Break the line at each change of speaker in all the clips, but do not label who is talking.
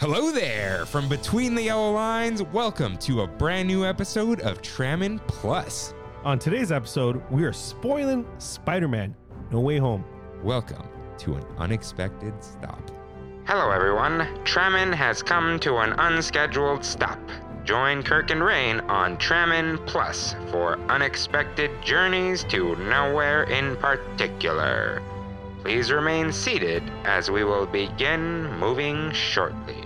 Hello there from Between the Yellow Lines. Welcome to a brand new episode of Trammin Plus.
On today's episode, we are spoiling Spider Man No Way Home.
Welcome to an unexpected stop. Hello, everyone. Trammin has come to an unscheduled stop. Join Kirk and Rain on Trammin Plus for unexpected journeys to nowhere in particular. Please remain seated as we will begin moving shortly.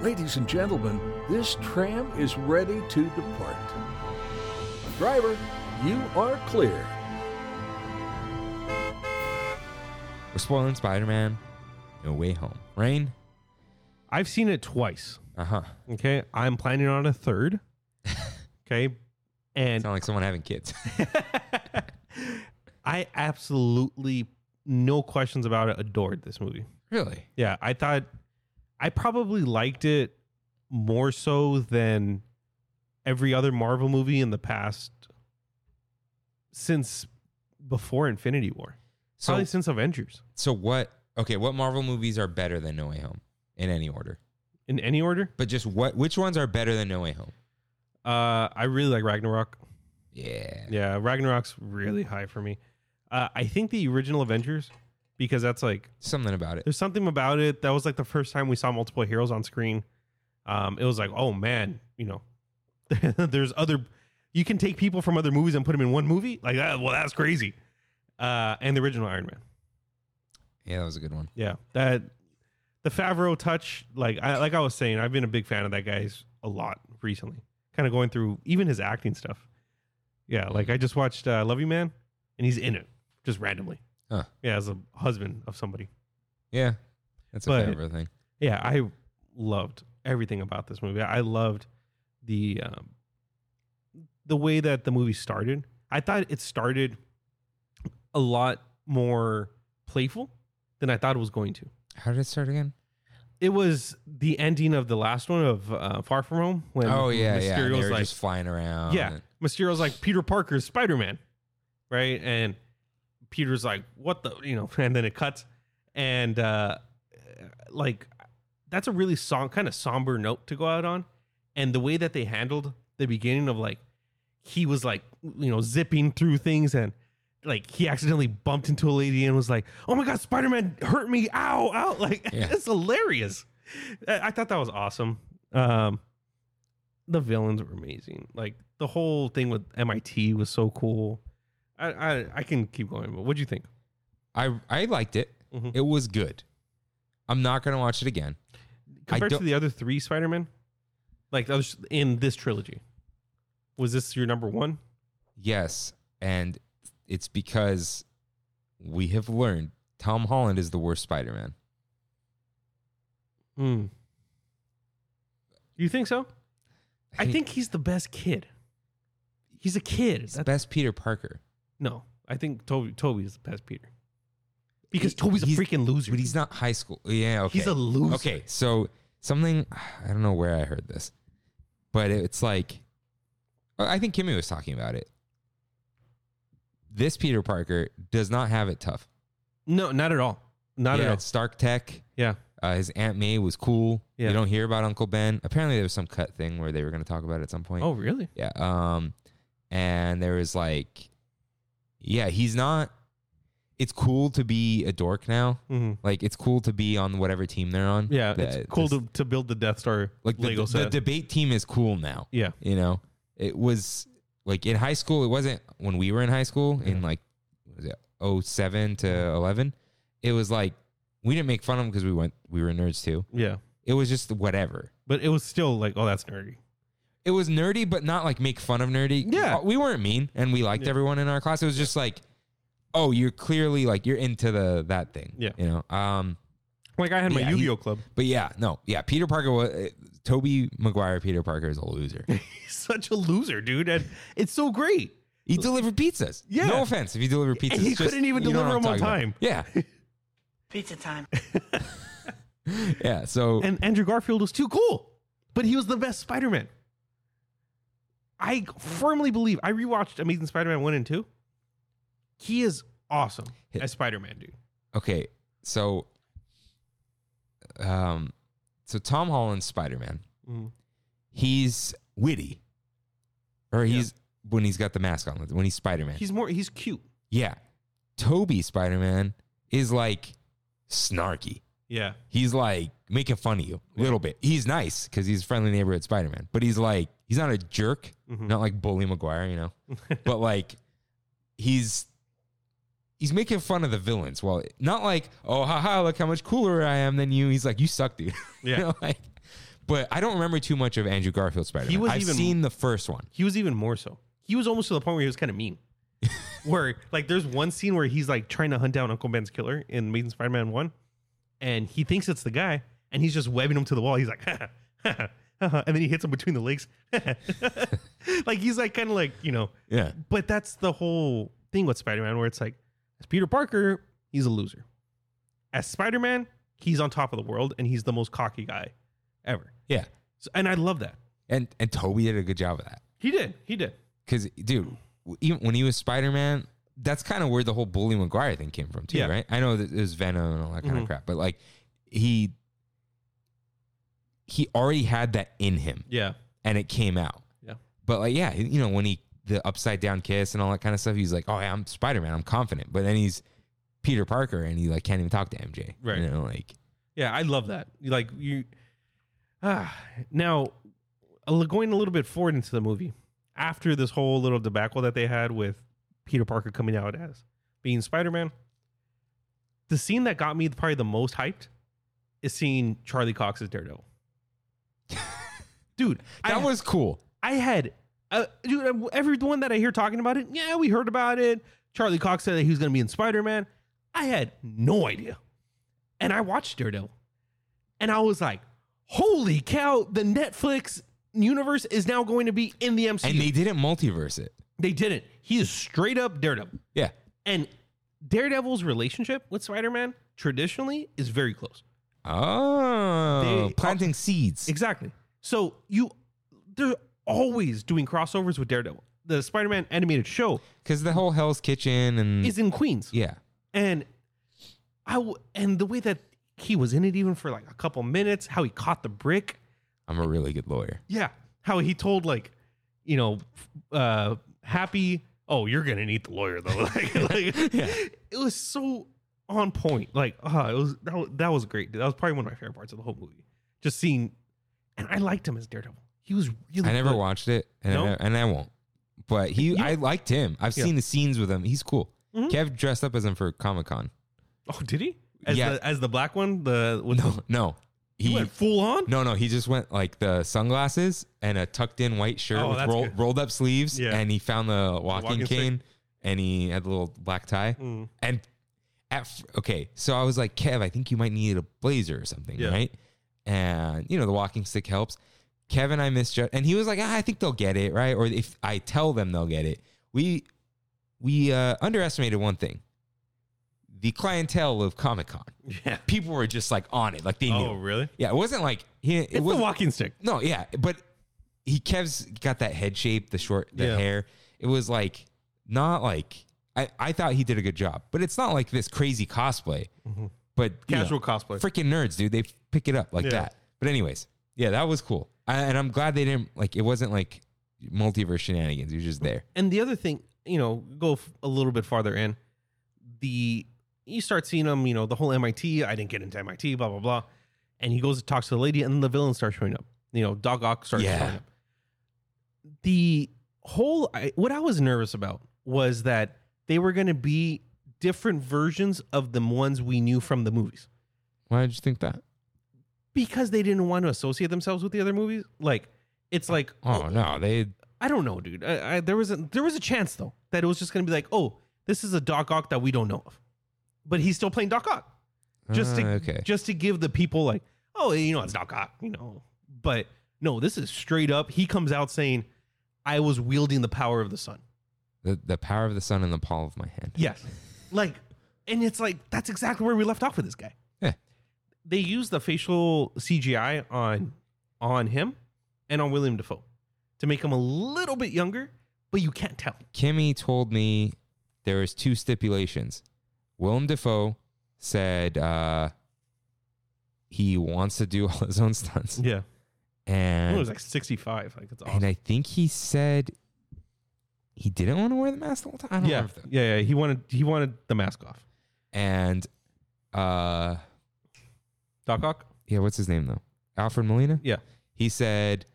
Ladies and gentlemen, this tram is ready to depart. Driver, you are clear.
We're spoiling Spider Man No Way Home. Rain?
I've seen it twice.
Uh huh.
Okay. I'm planning on a third. Okay. And
Sound like someone having kids.
I absolutely, no questions about it, adored this movie.
really?
Yeah. I thought I probably liked it more so than every other Marvel movie in the past since before Infinity War.
So,
Probably since Avengers
so what? Okay, what Marvel movies are better than No Way Home in any order?
in any order.
But just what? Which ones are better than No Way Home?
Uh, I really like Ragnarok.
Yeah.
Yeah, Ragnarok's really high for me. Uh, I think the original Avengers, because that's like
Something about it.
there's something about it that was like the first time we saw multiple heroes on screen. Um, it was like, oh man, you know, there's other you can take people from other movies and put them in one movie like that. Well, that's crazy. Uh, and the original Iron Man.
Yeah, that was a good one.
Yeah, that the Favreau touch. Like I like I was saying, I've been a big fan of that guy's a lot recently. Kind of going through even his acting stuff. Yeah, like I just watched uh, Love You Man, and he's in it just randomly.
Huh.
Yeah, as a husband of somebody.
Yeah. That's a
But-
favorite thing.
Yeah, I loved everything about this movie. I loved the um, the way that the movie started. I thought it started a lot more playful than I thought it was going to.
How did it start again?
it was the ending of the last one of uh, Far From Home when
oh yeah, yeah. and They
Mysterio's
were
like
just flying around.
yeah,
and-
Mysterio's like Peter Parker's Spider Man, right? And Peter's like, what the you know? And then it cuts, and uh, like that's a really song kind of somber note to go out on, and the way that they handled the beginning of like he was like you know zipping through things and. Like he accidentally bumped into a lady and was like, "Oh my god, Spider Man hurt me! Ow, ow!" Like
Yeah.
it's hilarious. I I thought that was awesome. Um, the villains were amazing. Like the whole thing with MIT was so cool. I I, I can keep going, but what'd you think?
I I liked it.
Mhm.
It was good. I'm not gonna watch it again.
Compared to
don't-
the other three Spider Men, like the others in this trilogy, was this your number one?
Yes, and it's because we have learned Tom Holland is the worst Spider-Man.
Hmm. You think so? I
He-
think he's the best kid. He's a kid.
he's the
That-
best Peter Parker,
no, I think Toby Toby is the best Peter. Because
He-
Toby's a
he's-
freaking loser.
but he's not high school. Yeah, okay.
He's a loser.
Okay, so something I don't know where I heard this, but it's like uh, I think Kimmy was talking about it. This Peter Parker does not have it tough.
No, not at all. Not
yeah,
at all.
it's Stark Tech.
Yeah.
Uh, his Aunt May was cool.
Yeah.
You don't hear about Uncle Ben. Apparently, there was some cut thing where they were going to talk about it at some point.
Oh, really?
Yeah. Um, and there was like, yeah, he's not. It's cool to be a dork now.
Mm-hmm.
Like, it's cool to be on whatever team they're on.
Yeah,
The-
it's cool
this-
to, to build the Death Star
like the,
Lego
the,
set.
debate team is cool now.
yeah,
You know, it was like in high school. It wasn't when we were in high school in
Yeah.
like what was it 07 to eleven. It was like we didn't make fun of them because we went we were nerds too.
yeah,
It was just whatever.
but it was still like, oh, that's nerdy.
It was nerdy, but not like make fun of nerdy.
Yeah.
we weren't mean, and we liked
Yeah.
everyone in our class. It was just like, oh, you're clearly like you're into the that thing.
Yeah.
you know. Um,
Like I had my
Yeah, he-
Yu-Gi-Oh club.
but yeah, no, yeah. Peter Parker was Toby Maguire. Peter Parker is a loser.
He's such a loser, dude, and it's so great.
He delivered pizzas.
Yeah.
No offense if you deliver pizzas.
he
Just-
couldn't even
you know
deliver
what
them on
I'm talking
time.
about.
Pizza time.
Yeah. Yeah. So
And Andrew Garfield was too cool, but he was the best Spider-Man. I firmly believe. I rewatched Amazing Spider-Man one and two. He is awesome
Hit-
as Spider-Man, dude.
okay. So um So Tom Holland's Spider Man.
Mhm.
He's witty, or
Yeah.
he's when he's got the mask on. When he's Spider Man,
He's more. He's cute.
yeah. Toby Spider Man is like snarky.
Yeah.
He's like making fun of you a little bit. He's nice because he's friendly neighborhood Spider Man, but he's like he's not a jerk,
Mhm.
not like Bully McGuire, you know. but like he's he's making fun of the villains. Well, not like oh haha look how much cooler I am than you. He's like you suck, dude. You
Yeah.
know, like, but I don't remember too much of Andrew Garfield Spider Man.
was
I've
even-
seen the first one.
He was even more so. He was almost to the point where he was kind of mean. where like there's one scene where he's like trying to hunt down Uncle Ben's killer in Amazing Spider-Man One, and he thinks it's the guy, and he's just webbing him to the wall. He's like, ha, ha, ha, ha, ha," and then he hits him between the legs. like he's like kind of like you know,
Yeah,
but that's the whole thing with Spider-Man, where it's like, as Peter Parker, he's a loser. As Spider-Man, he's on top of the world, and he's the most cocky guy ever.
yeah.
So, and I love that.
And and Toby did a good job of that.
He did. He did.
Because, dude, w- even when he was Spider Man, that's kind of where the whole Bully McGuire thing came from, too,
Yeah.
right? I know that there's Venom and all that kind of
Mhm.
crap, but like he he already had that in him,
Yeah.
and it came out.
Yeah.
But like, yeah, you know, when he the upside down kiss and all that kind of stuff, he's like, oh, yeah, I'm Spider Man, I'm confident. But then he's Peter Parker, and he like can't even talk to MJ,
Right.
You know, like
Yeah, I love that. Like you, ah, now uh, going a little bit forward into the movie after this whole little debacle that they had with Peter Parker coming out as being Spider Man. The scene that got me probably the most hyped is seeing Charlie Cox's Daredevil. Dude,
that
I,
was cool.
I had uh, dude. Everyone that I hear talking about it, yeah, we heard about it. Charlie Cox said that he was going to be in Spider Man. I had no idea, and I watched Daredevil, and I was like, "Holy cow!" The Netflix universe is now going to be in the MCU.
And they didn't multiverse it.
they didn't. He is straight up Daredevil,
Yeah.
and Daredevil's relationship with Spider Man traditionally is very close.
Oh,
They-
planting seeds.
Exactly. So you, they're always doing crossovers with Daredevil. The Spider Man animated show
Because the whole Hell's Kitchen and
is in Queens.
Mm. yeah,
and I w- and the way that he was in it even for like a couple minutes, how he caught the brick,
I'm a really good lawyer.
yeah, how he told like, you know, uh, Happy, oh, you're gonna need the lawyer though. like, like, it was so on point. Like, ah, it was that, was that was great. That was probably one of my favorite parts of the whole movie. Just seeing, and I liked him as Daredevil. He was really.
I never
good.
watched it, and
No?
I, and I won't. But he,
You-
I liked him. I've
Yeah.
seen the scenes with him. He's cool.
Mhm.
Kev dressed up as him for Comic Con.
Oh, did he? As
Yeah.
the as the black one, the with
No,
the,
no,
he,
he,
went full on.
no, no. He just went like the sunglasses and a tucked in white shirt
Oh,
with
that's
roll,
good.
rolled up sleeves,
Yeah.
and he found the walking,
walking stick.
cane, and he had the little black tie.
Mm.
And at f- okay, so I was like, Kev, I think you might need a blazer or something,
Yeah.
right? And you know, the walking stick helps. Kevin, I misjudged, and he was like, ah, I think they'll get it, right? Or if I tell them, they'll get it. We we uh, underestimated one thing: the clientele of Comic Con.
Yeah.
People were just like on it, like they
Oh,
knew.
really?
Yeah, it wasn't like he. It
It's
was
the walking stick.
no, yeah, but he Kev's got that head shape, the short, the
Yeah.
hair. It was like not like I, I thought he did a good job, but it's not like this crazy cosplay. But you know,
Mm-hmm. Casual cosplay.
freaking nerds, dude, they pick it up like
Yeah.
that. But anyways, yeah, that was cool, I, and I'm glad they didn't like. It wasn't like multiverse shenanigans. He was just there.
and the other thing, you know, go f- a little bit farther in, the you start seeing him, you know, the whole MIT. I didn't get into MIT, blah blah blah. And he goes and talks to the lady, and then the villains start showing up. You know, Doc Ock starts
Yeah.
showing up. The whole I, what I was nervous about was that they were going to be different versions of the ones we knew from the movies
Why did you think that?
because they didn't want to associate themselves with the other movies. Like it's like
Oh no, they
I don't know, dude. I, I, there was a there was a chance though that it was just gonna be like, oh, this is a Doc Ock that we don't know of, but he's still playing Doc Ock, just
Ah,
to
okay.
just to give the people like, oh, you know, it's Doc Ock, you know. But no, this is straight up. He comes out saying, "I was wielding the power of the sun."
The, the power of the sun in the palm of my hand.
Yes, like, and it's like that's exactly where we left off with this guy.
Yeah.
they used the facial CGI on on him and on William Defoe to make him a little bit younger, but you can't tell.
Kimmy told me there was two stipulations. Willem Dafoe said, uh, he wants to do all his own stunts.
Yeah.
And
it was like 65. Like it's awesome.
and I think he said he didn't want to wear the mask the whole time. I don't
yeah.
remember if that-
yeah. Yeah. He wanted he wanted the mask off.
And uh
Doc Ock?
yeah, what's his name though? Alfred Molina?
Yeah.
He said,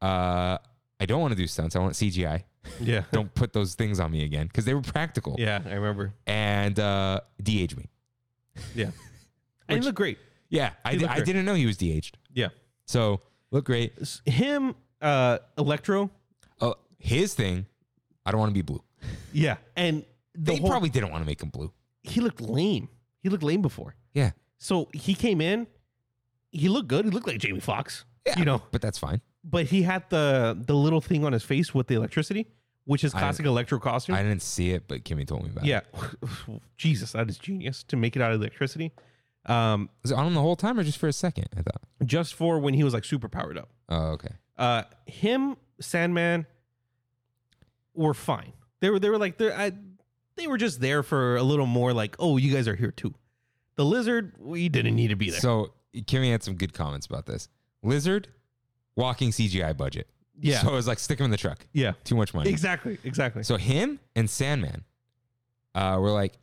uh, I don't want to do stunts. I want CGI.
Yeah.
Don't put those things on me again. Because they were practical.
Yeah. I remember.
And uh de-age me.
Yeah. and he looked great.
Yeah. I,
He
di-
looked
I
great.
didn't know he was de-aged.
Yeah.
So look great.
S- Him, uh, Electro.
Oh, his thing, I don't want to be blue.
Yeah. And the
They
whole,
probably didn't want to make him blue.
he looked lame. He looked lame before.
Yeah.
So he came in. He looked good. He looked like Jamie Foxx.
Yeah.
You know,
But that's fine.
but he had the the little thing on his face with the electricity, which is
I-
classic Electro costume.
I didn't see it, but Kimmy told me about it.
yeah. Jesus, that is genius to make it out of electricity. Um,
Was it on him the whole time or just for a second? I thought.
just for when he was like super powered up.
Oh, okay.
Uh, him, Sandman, were fine. They were they were like they I they were just there for a little more. Like, oh, you guys are here too. The lizard, we didn't need to be there.
So Kimmy had some good comments about this. Lizard, walking CGI budget.
yeah,
So it was like stick him in the truck.
yeah,
Too much money.
exactly, exactly.
So him and Sandman uh, were like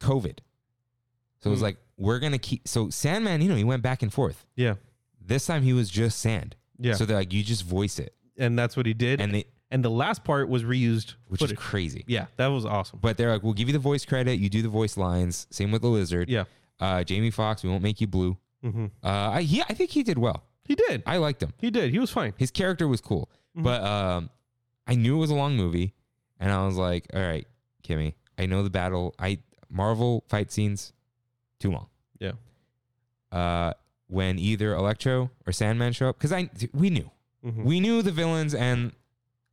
COVID. So it was
Hmm.
like we're gonna keep. So Sandman, you know, he went back and forth.
yeah,
This time he was just sand.
yeah,
So they're like, you just voice it,
and that's what he did.
and
And
they,
and the last part was reused,
which is
footage.
crazy.
yeah, that was awesome.
But they're like, we'll give you the voice credit. You do the voice lines. Same with the lizard.
yeah,
Uh, Jamie Foxx, we won't make you blue.
hmm
Uh, I, he, I think he did well.
he did.
I liked him.
He did. He was fine.
His character was cool,
Mhm.
but um, I knew it was a long movie, and I was like, "All right, Kimmy, I know the battle. I Marvel fight scenes too long."
Yeah.
Uh, when either Electro or Sandman show up, because I we knew
Mhm.
we knew the villains, and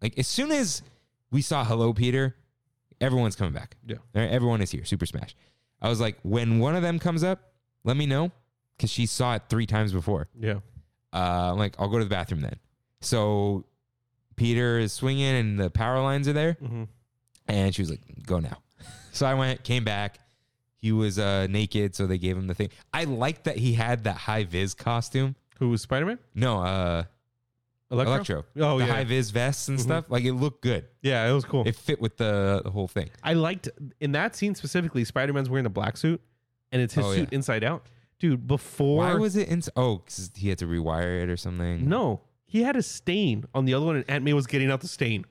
like as soon as we saw Hello Peter, everyone's coming back.
Yeah.
All right, everyone is here. Super Smash. I was like, when one of them comes up, let me know, because she saw it three times before
Yeah.
uh, I'm like, I'll go to the bathroom then. So Peter is swinging and the power lines are there.
Mm-hmm.
And she was like, go now. So I went, came back. He was uh, naked. So they gave him the thing. I liked that he had that high viz costume.
Who was Spider Man?
No, uh,
Electro?
Electro.
Oh,
the
yeah.
high viz vests and
Mhm.
stuff. Like it looked good.
Yeah, it was cool.
It fit with the, the whole thing.
I liked in that scene specifically, Spider Man's wearing the black suit and it's his
Oh,
suit
yeah.
inside out. Dude, before.
Why was it in? Oh, 'cause he had to rewire it or something.
No, he had a stain on the other one and Aunt May was getting out the stain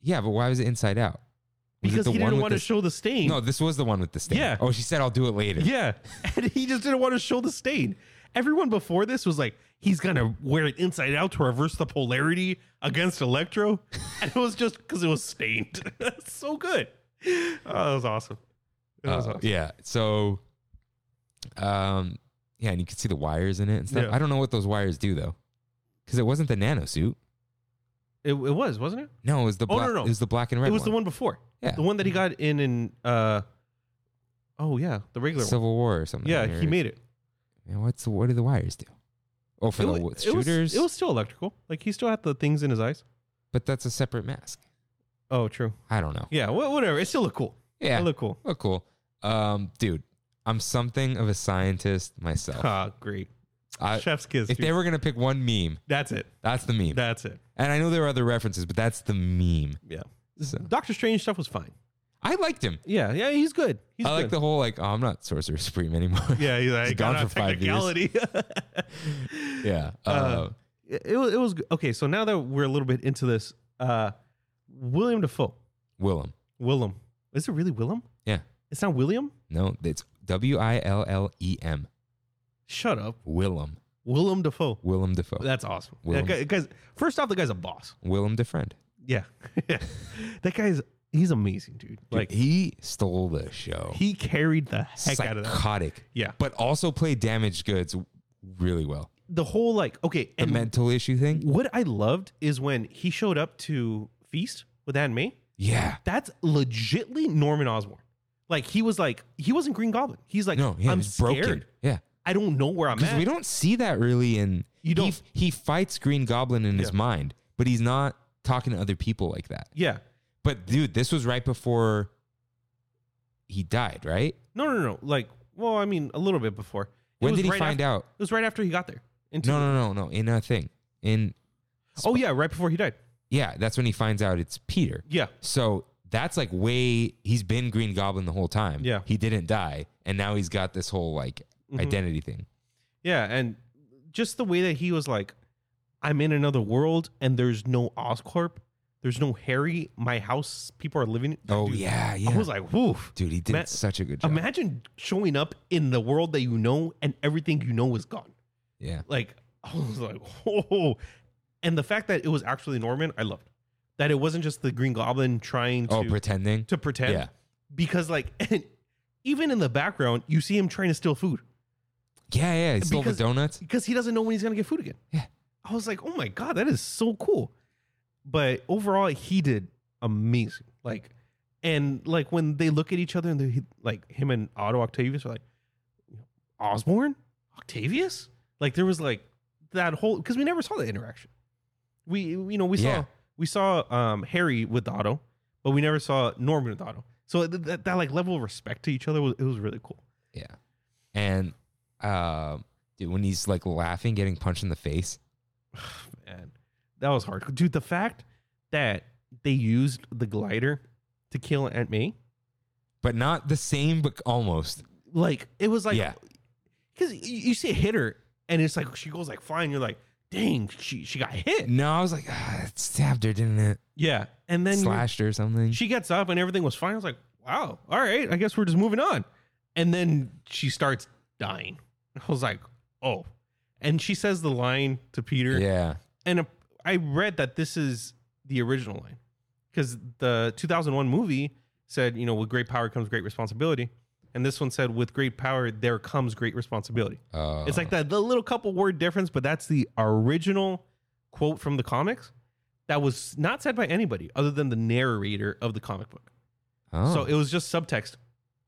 Yeah, but why was it inside out? Was it
because
the
he
one
didn't
with
want to
the-
show the stain.
No, this was the one with the stain.
Yeah.
Oh, she said, I'll do it later.
Yeah. And he just didn't want to show the stain. Everyone before this was like, he's going to wear it inside out to reverse the polarity against Electro. And it was just because it was stained. That's so good. Oh, that was awesome. That was
Uh,
awesome.
Yeah. So, um, yeah, and you could see the wires in it and stuff.
Yeah.
I don't know what those wires do though, because it wasn't the nano suit.
It, it was, wasn't it?
No, it was the
Oh,
black.
no, no.
It was the black and red.
it was the one before.
Yeah.
The one that he got in in uh oh yeah, the regular
Civil War or something.
one. Yeah,
or-
he made it.
Yeah, what's what do the wires do? Oh, for
it,
the
wa-
wa-
it was-
shooters.
It was, still electrical. Like he still had the things in his eyes.
but that's a separate mask.
Oh, true.
I don't know.
Yeah, wha- whatever. It still looked cool.
Yeah.
It looked cool.
Oh, cool. Um, dude, I'm something of a scientist myself.
Ah, great.
I,
Chef's kiss.
if
dude.
they were gonna pick one meme,
That's it.
that's the meme.
That's it.
and I know there are other references, but that's the meme.
Yeah.
So-
Doctor Strange stuff was fine.
I liked him.
Yeah, yeah, he's good. He's
I like
good.
the whole like, oh, I'm not Sorcerer Supreme anymore.
Yeah, he's like
He's gone
gone for
for five years.
technicality.
yeah. Uh,
Uh, it, it was it was good. okay. So now that we're a little bit into this, uh, William Defoe,
Willem.
Willem, is it really Willem?
Yeah.
It's not William?
No, it's W I L L E M.
Shut up.
Willem.
Willem Dafoe.
Willem Defoe.
That's awesome.
Willem.
Because first off, the guy's a boss.
Willem DeFriend.
Yeah. that guy's he's amazing, dude.
Like
Like
he stole the show.
he carried the heck out of that.
Psychotic.
Yeah.
But also played damaged goods really well.
The whole like okay,
The
and
mental issue thing.
what I loved is when he showed up to Feast with Aunt May.
Yeah.
That's legitly Norman Osborn. Like he was like he wasn't Green Goblin. He's like
No, yeah,
I'm
he's broken.
scared.
Yeah.
I don't know where I'm
Because
at.
we don't see that really in
You don't-
he, he fights Green Goblin in his mind, but he's not talking to other people like that.
yeah.
But dude, this was right before he died, right?
No, no, no. Like well, I mean, a little bit before. was
When did he
right
find
after-
out?
It was right after he got there. Into
No, no, no, no. In a thing. In
Oh yeah, right before he died.
yeah, that's when he finds out it's Peter.
Yeah.
So that's like way he's been Green Goblin the whole time.
Yeah.
He didn't die, and now he's got this whole like
Mhm.
identity thing.
Yeah, and just the way that he was like, I'm in another world and there's no Oscorp, there's no Harry, my house, people are living.
Oh
Dude,
yeah, yeah.
I was like, woof.
Dude, he did
Ma-
such a good job.
Imagine showing up in the world that you know and everything you know is gone.
yeah.
Like I was like, whoa. And the fact that it was actually Norman, I loved. That it wasn't just the Green Goblin trying to
Oh, pretending.
to pretend.
Yeah.
Because like and even in the background, you see him trying to steal food
Yeah, yeah. He stole the
Because-
donuts.
because he doesn't know when he's gonna get food again.
Yeah.
I was like, oh my god, that is so cool. But overall, he did amazing. Like, and like when they look at each other and they like him and Otto Octavius are like, Osborne, Octavius. Like there was like that whole because we never saw that interaction. We you know we saw
Yeah.
we saw um Harry with Otto, but we never saw Norman with Otto. So th- that, that like level of respect to each other was it was really cool.
Yeah. And um dude, when he's like laughing, getting punched in the face.
man, that was hard, dude. The fact that they used the glider to kill Aunt May,
But not the same, but almost.
like it was like,
Yeah.
because you see it hit her, and it's like she goes like flying. You're like, dang, she she got hit.
No, I was like, ah, it stabbed her, didn't it?
Yeah, and then you-
Slashed her or something.
she gets up and everything was fine. I was like, wow, all right, I guess we're just moving on. And then she starts dying. I was like, oh. And she says the line to Peter.
yeah.
and a, I read that this is the original line because the 2001 movie said, you know, with great power comes great responsibility, and this one said, with great power there comes great responsibility.
Uh,
It's like that the little couple word difference, but that's the original quote from the comics that was not said by anybody other than the narrator of the comic book.
Oh,
So it was just subtext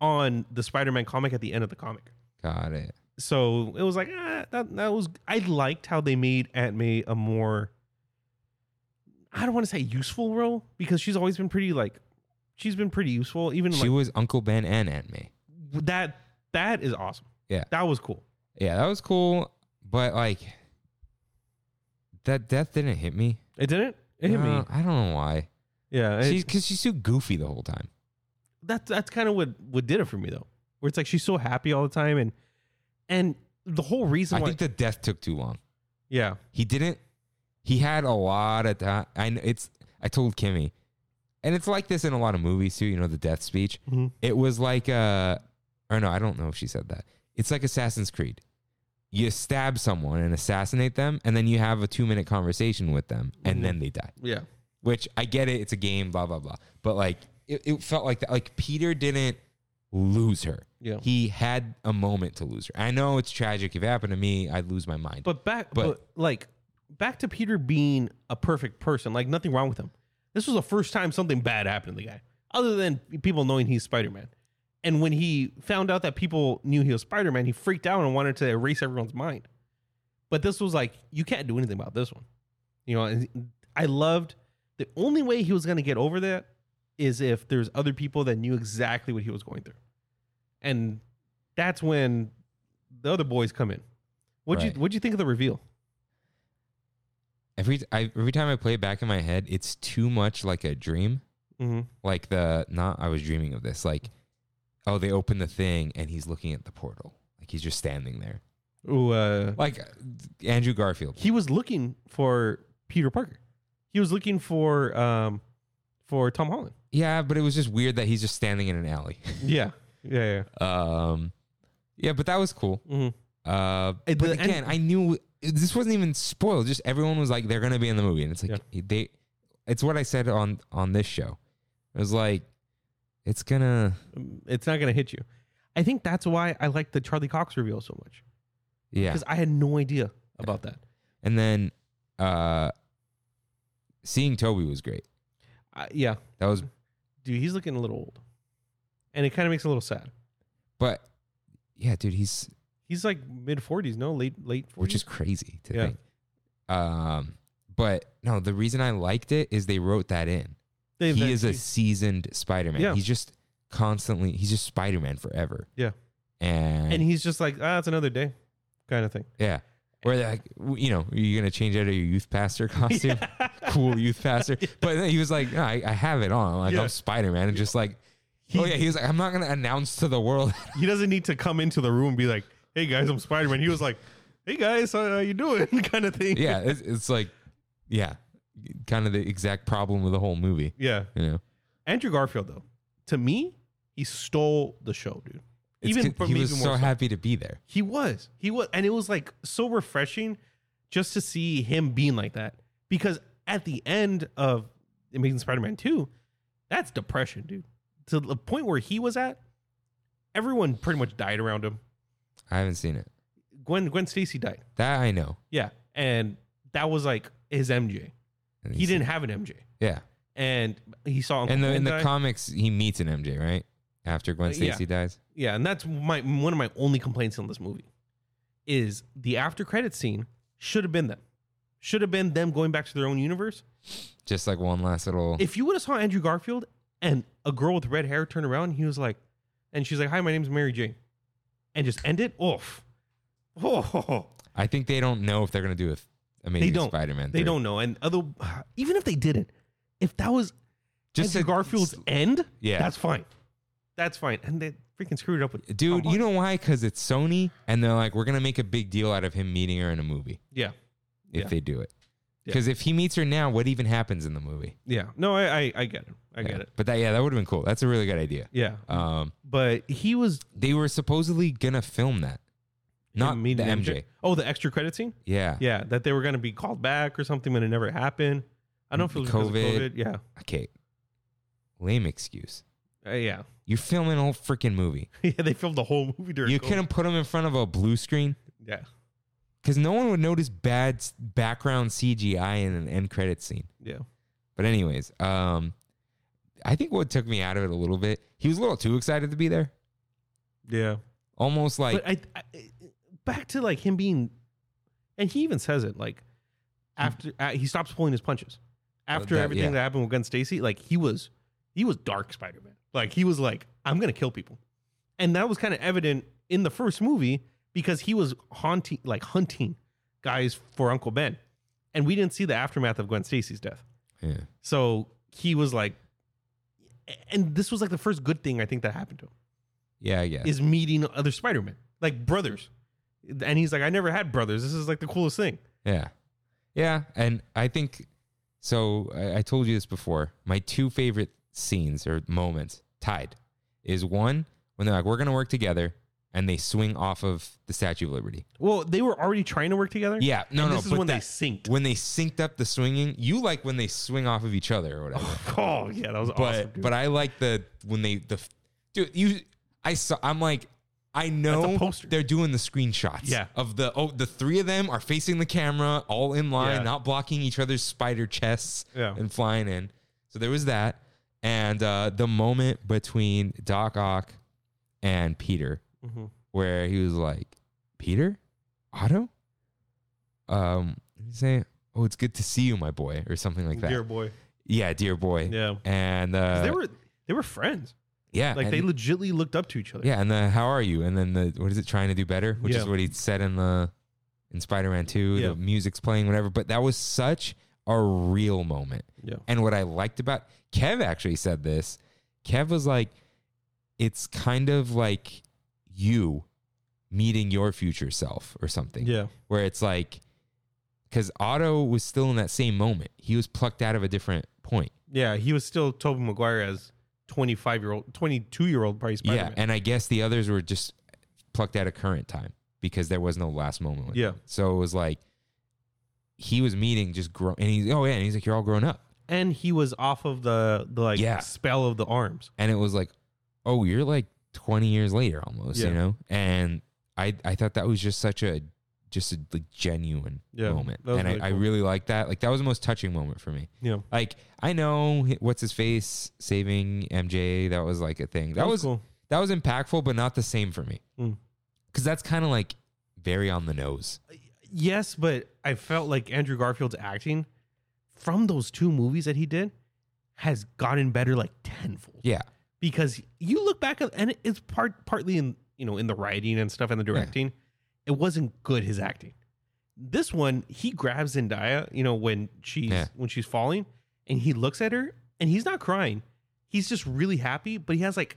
on the Spider-Man comic at the end of the comic
got it.
so it was like ah, that. That was I liked how they made Aunt May a more. I don't want to say useful role because she's always been pretty like, she's been pretty useful. Even
She
like
was Uncle Ben and Aunt May.
that. That is awesome.
Yeah.
that was cool.
Yeah, that was cool, but like that death didn't hit me.
It didn't. It hit
No,
me.
I don't know why.
Yeah,
She's
it,
because she's too goofy the whole time.
that's that's kind of what what did it for me though. Where it's like she's so happy all the time and and the whole reason
I
why
think the death took too long.
yeah
He didn't. He had a lot of time. I kn- it's. I told Kimmy, and it's like this in a lot of movies too. You know the death speech.
Mhm.
It was like uh, or no, I don't know if she said that. It's like Assassin's Creed. You stab someone and assassinate them, and then you have a two minute conversation with them, and
Mhm.
then they die.
yeah
Which I get it. It's a game. Blah blah blah. But like it, it felt like that. Like Peter didn't lose her.
yeah.
He had a moment to lose her. I know it's tragic. If it happened to me, I'd lose my mind.
But back, but,
But-
like back to Peter being a perfect person, like nothing wrong with him. This was the first time something bad happened to the guy, other than people knowing he's Spider Man. And when he found out that people knew he was Spider Man, he freaked out and wanted to erase everyone's mind. But this was like, you can't do anything about this one. You know, and I loved the only way he was going to get over that is if there's other people that knew exactly what he was going through. And that's when the other boys come in. What'd
Right.
you what'd you think of the reveal?
every I, every time I play it back in my head, it's too much like a dream.
Mm-hmm.
Like the not I was dreaming of this. Like oh, they open the thing and he's looking at the portal. Like he's just standing there.
Ooh, uh,
Like Andrew Garfield.
he was looking for Peter Parker. He was looking for um for Tom Holland.
Yeah, but it was just weird that he's just standing in an alley.
Yeah, yeah,
um, yeah, but that was cool.
yeah. hmm
Uh,
It-
but
the- and-
again, I knew this wasn't even spoiled. Just everyone was like, they're gonna be in the movie, and it's like they. It's what I said on on this show. It was like, it's gonna.
Mm, It's not gonna hit you. I think that's why I like the Charlie Cox reveal so much
Yeah.
because I had no idea about that.
And then uh seeing Toby was great.
I, yeah,
That was
dude, he's looking a little old, and it kind of makes it a little sad.
but yeah, dude, he's
He's like mid forties, no, late late
which
forties.
is crazy to
Yeah.
think. Um but no, the reason I liked it is they wrote that in. he is a seasoned Spider-Man.
Yeah.
He's just constantly he's just Spider-Man forever.
Yeah.
And,
and he's just like ah, it's another day. kind of thing.
Yeah. Where they're like, w- you know, are you going to change out of your youth pastor costume? cool youth pastor. But then he was like, no, I, I have it on. Like,
Yeah.
I'm Spider Man. And just like, oh, yeah. He was like, I'm not going to announce to the world.
He doesn't need to come into the room and be like, "Hey guys, I'm Spider Man." He was like, "Hey guys, how, how you doing?" kind of thing.
yeah. It's, it's like, yeah. Kind of the exact problem with the whole movie.
yeah.
You know,
Andrew Garfield, though, to me, he stole the show, dude.
It's
Even
good-
from
he
even
was
more
so
so.
happy to be there.
He was. He was. And it was like so refreshing just to see him being like that. Because at the end of Amazing Spider Man 2, that's depression, dude. To the point where he was at, everyone pretty much died around him.
I haven't seen it.
Gwen Gwen Stacy died.
That I know.
Yeah. And that was like his MJ.
And
He
he's-
didn't have an MJ.
Yeah.
And he saw Uncle
And the,
Ben
in the
die.
comics, he meets an MJ, right? After Gwen
Uh, yeah.
Stacy dies.
Yeah, and that's my one of my only complaints on this movie is the after credit scene should have been them. Should have been them going back to their own universe.
Just like one last little.
If you would have saw Andrew Garfield and a girl with red hair turn around, he was like, and she's like, "Hi, my name's Mary Jane," and just end it off. Oh,
I think they don't know if they're gonna do a
they
Amazing
don't.
Spider-Man.
They
3.
don't know. And other, even if they didn't, if that was
Just
Andrew
a-
Garfield's end,
Yeah.
that's fine. That's fine. And they freaking screwed it up with
dude. You know why? Because it's Sony, and they're like, we're gonna make a big deal out of him meeting her in a movie
yeah.
if
Yeah.
they do it.
Yeah.
Because if he meets her now, what even happens in the movie?
Yeah. No, I I, I get it. I
yeah.
get it.
But that, yeah, that would have been cool. That's a really good idea.
Yeah.
Um,
But he was
they were supposedly gonna film that, not
him
the
meeting
MJ.
Oh, the extra credit scene?
Yeah.
Yeah, that they were going to be called back or something, but it never happened. I don't know if it was because of
COVID.
COVID. Yeah,
Okay. Lame excuse.
Uh, yeah,
You're filming a whole freaking movie.
yeah. They filmed the whole movie during.
You
COVID.
couldn't put him in front of a blue screen.
Yeah,
because no one would notice bad s- background CGI in an end credit scene.
yeah,
But anyways, um, I think what took me out of it a little bit, he was a little too excited to be there,
yeah.
almost like
but I, I, back to like him being, and he even says it like after uh, he stops pulling his punches
Hmm.
after
Uh, that-
everything
yeah.
that happened with Gwen Stacy. Like he was, he was dark Spider Man. Like he was like, I'm gonna kill people, and that was kind of evident in the first movie because he was haunting, like hunting guys for Uncle Ben, and we didn't see the aftermath of Gwen Stacy's death.
yeah.
So he was like, and this was like the first good thing I think that happened to him
yeah, yeah,
is meeting other Spider-Man, like brothers. And he's like, I never had brothers. This is like the coolest thing.
yeah, yeah. And I think so. I, I told you this before. My two favorite scenes or moments tied is one when they're like, "We're gonna work together," and they swing off of the Statue of Liberty.
Well, they were already trying to work together.
Yeah, no,
And
no.
This is
but
when they
that-
synced.
when they synced up the swinging. You like when they swing off of each other or whatever.
oh yeah, that was
but
awesome. Dude.
but I like the when they the dude you I saw I'm like I
That's a
know
poster.
they're doing the screenshots
Yeah.
of the oh the three of them are facing the camera all in line
Yeah.
not blocking each other's spider chests
Yeah.
and flying in so there was that and uh, the moment between Doc Ock and Peter
Mhm.
where he was like Peter Otto um what did he say oh it's good to see you my boy or something like that
dear boy,
yeah dear boy
yeah, 'Cause
and uh,
they were they were friends.
yeah,
Like
and-
they legitly looked up to each other.
yeah, and the how are you? And then the what is it trying to do better, which is
Yeah.
what he said in the in Spider Man Two.
Yeah.
The music's playing, whatever. But that was such a real moment.
Yeah.
And what I liked about Kev actually said this. Kev was like, "It's kind of like you meeting your future self or something."
yeah,
Where it's like, because Otto was still in that same moment. He was plucked out of a different point.
yeah. He was still Tobey Maguire as twenty five year old, twenty two year old probably Spider Man.
Yeah, and I guess the others were just plucked out of current time because there was no last moment. With
Yeah.
them. So it was like he was meeting just grown, and he's oh yeah, and he's like you're all grown up,
and he was off of the, the like
Yeah.
spell of the arms.
and it was like oh you're like 20 years later almost,
Yeah.
you know. And I I thought that was just such a just a like genuine
Yeah,
moment,
that was
and
really
I, I
cool.
really liked that. Like that was the most touching moment for me.
Yeah,
Like I know hi- what's his face saving MJ, that was like a thing. That, was
cool.
that was impactful, but not the same for me.
Mm.
Because that's kind of like very on the nose.
Yes, but I felt like Andrew Garfield's acting from those two movies that he did has gotten better like tenfold.
Yeah.
Because you look back at and it's part partly in you know in the writing and stuff and the directing. it wasn't good his acting. This one, he grabs Zendaya, you know, when she's
Yeah.
when she's falling, and he looks at her, and he's not crying. He's just really happy, but he has like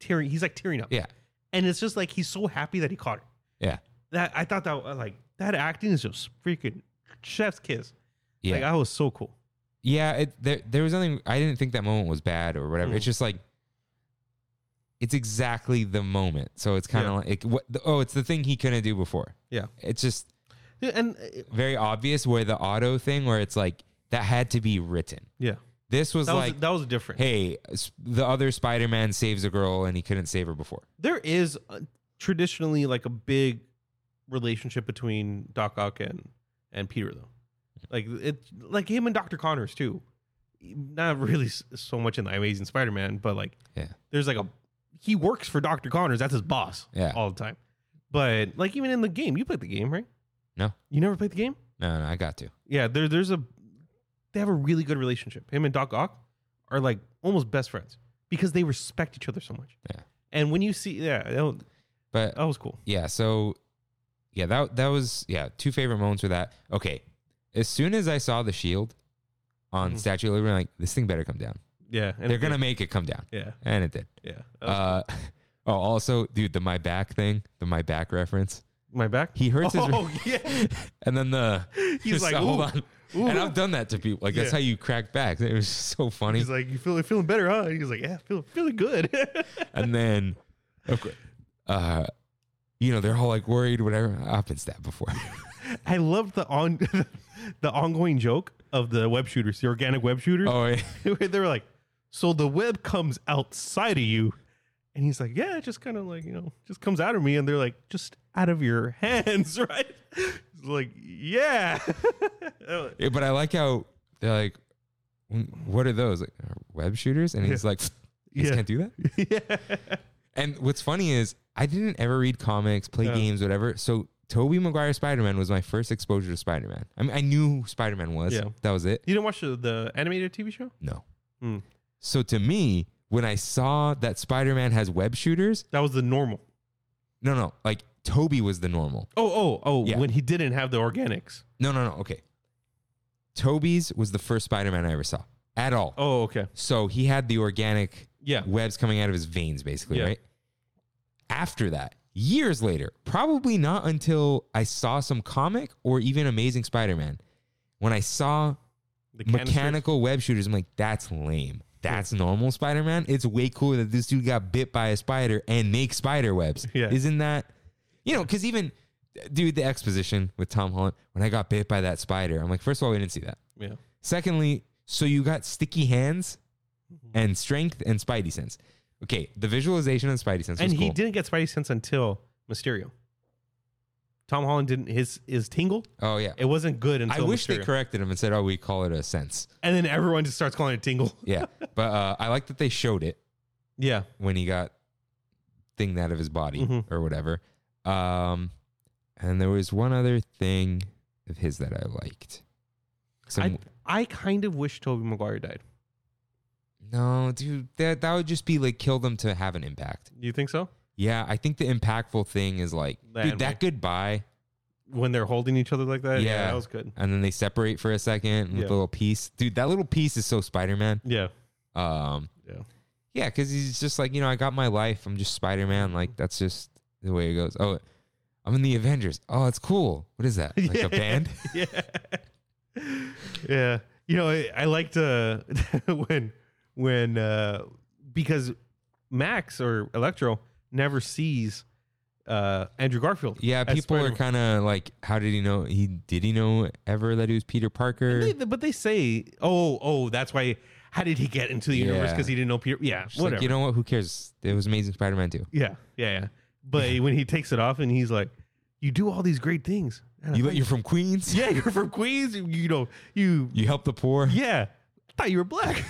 tearing. He's like tearing up.
Yeah.
and it's just like he's so happy that he caught her.
Yeah.
That I thought that uh, like that acting is just freaking chef's kiss.
Yeah.
Like that was so cool.
Yeah, it, there there was nothing. I didn't think that moment was bad or whatever.
Mm.
It's just like it's exactly the moment. So it's kind of
Yeah.
like it, what, the, oh, it's the thing he couldn't do before.
Yeah.
It's just
Yeah, and uh,
very obvious where the auto thing where it's like that had to be written.
yeah,
This was
that
like
was that was different.
hey, s- the other Spider-Man saves a girl and he couldn't save her before.
there is uh, traditionally like a big relationship between Doc Ock and and Peter though, like it like him and Doctor Connors too. Not really s- so much in the Amazing Spider-Man, but like
Yeah.
there's like a he works for Doctor Connors. That's his boss
Yeah.
all the time. But like even in the game, you played the game right?
No.
you never played the game.
No, no, I got to.
Yeah, there, there's a they have a really good relationship. Him and Doc Ock are like almost best friends because they respect each other so much.
Yeah.
And when you see, yeah, that was,
But
that Oh, was cool.
yeah, so yeah, that that was yeah, two favorite moments with that. Okay. As soon as I saw the shield on
Mhm.
Statue of Liberty, I'm like, this thing better come down.
Yeah, and
They're gonna make it come down.
yeah,
And it did.
yeah. That was-
Uh oh also, dude, the my back thing, the my back reference.
my back.
He hurts his
Oh yeah,
and then the
he's like,
hold
"Ooh,
on.
ooh."
And I've done that to people. Like that's
Yeah.
how you crack back. It was so funny.
He's like, you feel feeling better, huh? He's like, yeah, feel feeling good.
and then okay uh you know they're all like worried whatever i've been stabbed before
I loved the on the ongoing joke of the web shooters, the organic web shooters.
oh yeah.
they were like, so the web comes outside of you. And he's like, yeah, it just kind of like, you know, just comes out of me. And they're like, just out of your hands, right? It's like, yeah.
Yeah, but i like how they're like "Mm, what are those like "Uh, web shooters and he's like you just
Yeah.
can't do that
yeah.
and what's funny is i didn't ever read comics play
Yeah.
games whatever so toby maguire spider-man was my first exposure to spider-man i mean i knew who spider-man was
Yeah.
that was it
You didn't watch the, the animated TV show?
no
Hmm.
so to me when i saw that spider-man has web shooters
That was the normal.
no no like toby was the normal
Oh, oh, oh,
Yeah.
when he didn't have the organics.
No, no, no. Okay. Toby's was the first Spider Man I ever saw at all.
Oh, okay.
So he had the organic
Yeah.
webs coming out of his veins, basically,
Yeah.
right? After that, years later, probably not until I saw some comic or even Amazing Spider Man, when I saw
The canisters.
mechanical web shooters, I'm like, that's lame. That's normal Spider Man. It's way cooler that this dude got bit by a spider and makes spider webs.
Yeah.
Isn't that, you know, because even, dude, the exposition with Tom Holland, when I got bit by that spider, I'm like, first of all, we didn't see that.
Yeah.
Secondly, so you got sticky hands
Mm-hmm.
and strength and Spidey sense. Okay, the visualization and Spidey sense was
And he
cool.
didn't get Spidey Sense until Mysterio. Tom Holland didn't, his, his tingle,
Oh, yeah.
it wasn't good
I
until
wish they
Mysterio.
corrected him and said, oh, we call it a sense.
And then everyone just starts calling it tingle.
Yeah. but uh, I like that they showed it.
Yeah.
when he got thinged out of his body
Mhm.
or whatever. Um, and there was one other thing of his that I liked. Some,
I, I kind of wish Toby Maguire died.
no, dude, that that would just be like kill them to have an impact.
Do you think so?
Yeah, I think the impactful thing is like,
The
dude,
end
that
way.
goodbye,
When they're holding each other like that?
Yeah.
that was good.
and then they separate for a second with a
Yeah.
little piece. Dude, that little piece is so Spider Man.
Yeah.
Um,
Yeah.
yeah, because he's just like, you know, I got my life. I'm just Spider Man. Like that's just the way it goes. Oh, I'm in the Avengers. Oh, it's cool. What is that? Like
Yeah.
a band?
Yeah. yeah. You know, I, I liked uh, when, when, uh, because Max or Electro never sees uh, Andrew Garfield.
Yeah,
as
people are
Spider-Man.
kind of like, how did he know? He did he know ever that he was Peter Parker?
They- but they say, oh, oh, that's why. How did he get into the universe?
Yeah.
Because he didn't know Peter. Yeah,
Just like,
whatever.
you know what? Who cares? It was Amazing Spider-Man too.
Yeah, yeah, yeah. But when he takes it off and he's like, "You do all these great things." And
You
I'm
let
like,
you're from Queens.
yeah, you're from Queens. You, you know, you
You help the poor.
yeah. I thought you were black.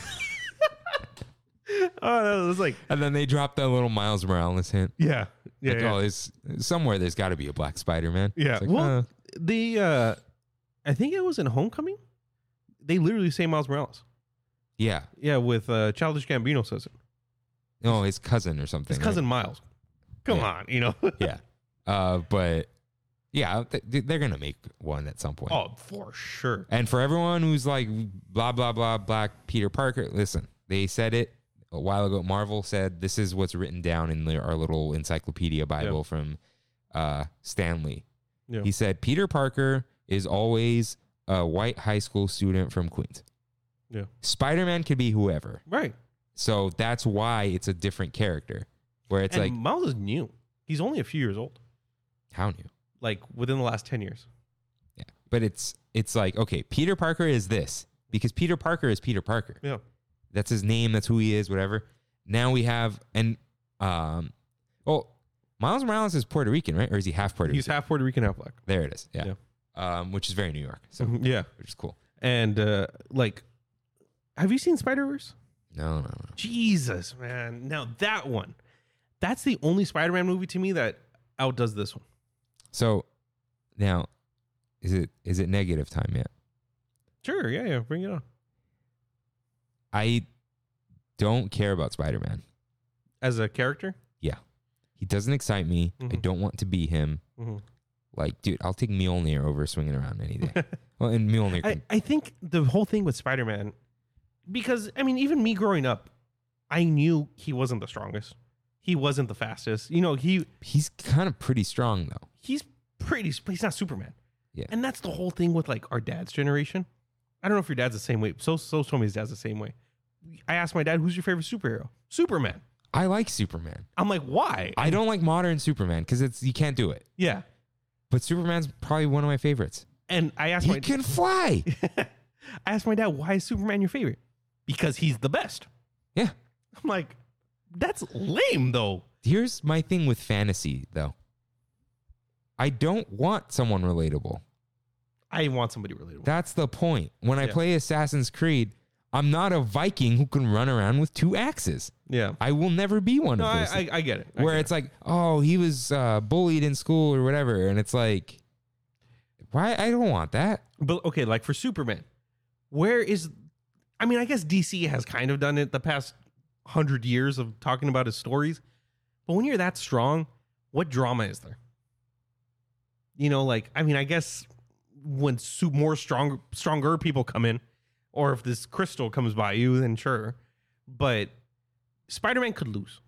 oh, that was like
And then they dropped that little Miles Morales hint.
yeah, yeah,
like,
yeah.
oh, there's somewhere there's got to be a black Spider-Man.
Yeah,
It's like,
well,
uh,
the uh, I think it was in Homecoming. They literally say Miles Morales.
yeah.
Yeah, with uh, Childish Gambino says it.
Oh, his cousin or something.
His
right?
cousin Miles. Come
Yeah.
on, you know.
yeah. Uh, but Yeah, th- they're gonna make one at some point.
Oh, for sure.
And for everyone who's like blah blah blah black Peter Parker, listen, they said it a while ago. Marvel said this is what's written down in their, our little encyclopedia Bible from uh, Stanley.
Yeah.
He said Peter Parker is always a white high school student from Queens.
Yeah.
Spider Man could be whoever,
Right.
so that's why it's a different character. Where it's
and
like
Miles is new. He's only a few years old.
how new,
Like within the last ten years.
yeah. But it's it's like okay, Peter Parker is this because Peter Parker is Peter Parker.
Yeah.
That's his name. That's who he is. Whatever. Now we have and um, well, Miles Morales is Puerto Rican, right? Or is he half Puerto
He's
Rican?
half Puerto Rican, half black.
there it is. Yeah. Um, which is very New York. So
yeah.
which is cool.
And uh like have you seen Spider Verse?
No, no, no.
Jesus, man. Now that one. That's the only Spider Man movie to me that outdoes this one.
So now, is it is it negative time yet?
Sure, yeah, yeah. Bring it on.
I don't care about Spider Man.
As a character?
Yeah, he doesn't excite me. I
Mhm.
don't want to be him.
Mhm.
Like, dude, I'll take Mjolnir over swinging around any day. well, and Mjolnir.
I,
Can,
I think the whole thing with Spider Man, because I mean, even me growing up, I knew he wasn't the strongest. He wasn't the fastest. You know, he
he's kind of pretty strong though.
he's pretty. sp- He's not Superman.
Yeah.
And that's the whole thing with like our dad's generation. I don't know if your dad's the same way. So so told me his dad's the same way. I asked my dad, "Who's your favorite superhero?" Superman.
I like Superman.
I'm like, why?
I don't like modern Superman because it's you can't do it.
yeah.
But Superman's probably one of my favorites.
And I asked
He
my
can fly.
I asked my dad, "Why is Superman your favorite?" Because he's the best.
Yeah.
I'm like, that's lame though.
Here's my thing with fantasy though. I don't want someone relatable.
I want somebody relatable.
That's the point. When I
Yeah.
play Assassin's Creed, I'm not a Viking who can run around with two axes.
yeah.
I will never be one
No,
of
I,
those.
I, I get it. I
where
get
it's like, oh, he was uh, bullied in school or whatever, and it's like, why? I don't want that.
it. but okay, like for Superman, where is? I mean, I guess DC has kind of done it the past hundred years of talking about his stories, but when you're that strong, what drama is there? You know, like I mean, I guess when su- more strong, stronger people come in, or if this crystal comes by you, then sure. But Spider-Man could lose,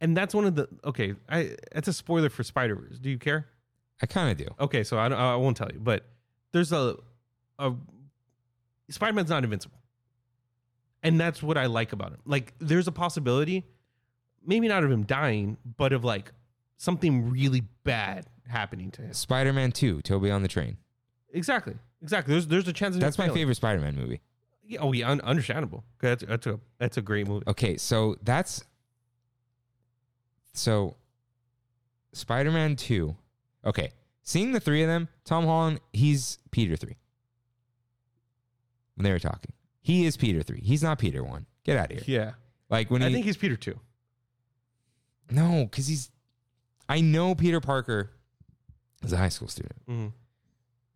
and that's one of the okay. I that's a spoiler for Spider-Verse. Do you care?
I kind of do.
okay, so I, don't- I won't tell you, but there's a a Spider Man's not invincible, and that's what I like about him. Like, there's a possibility, maybe not of him dying, but of like something really bad happening to him.
Spider-Man Two: Toby on the Train.
Exactly, exactly. There's there's a chance. of him
That's my
failing.
favorite Spider-Man movie.
Yeah, oh yeah, un- understandable. 'Cause That's that's a that's a great movie.
Okay, so that's so Spider-Man 2. Okay. Seeing the three of them, Tom Holland, he's Peter 3. When they were talking. He is Peter 3. He's not Peter 1. Get out of here.
Yeah,
Like when
I
he,
think he's Peter too.
No, cuz he's I know Peter Parker is a high school student,
Mhm.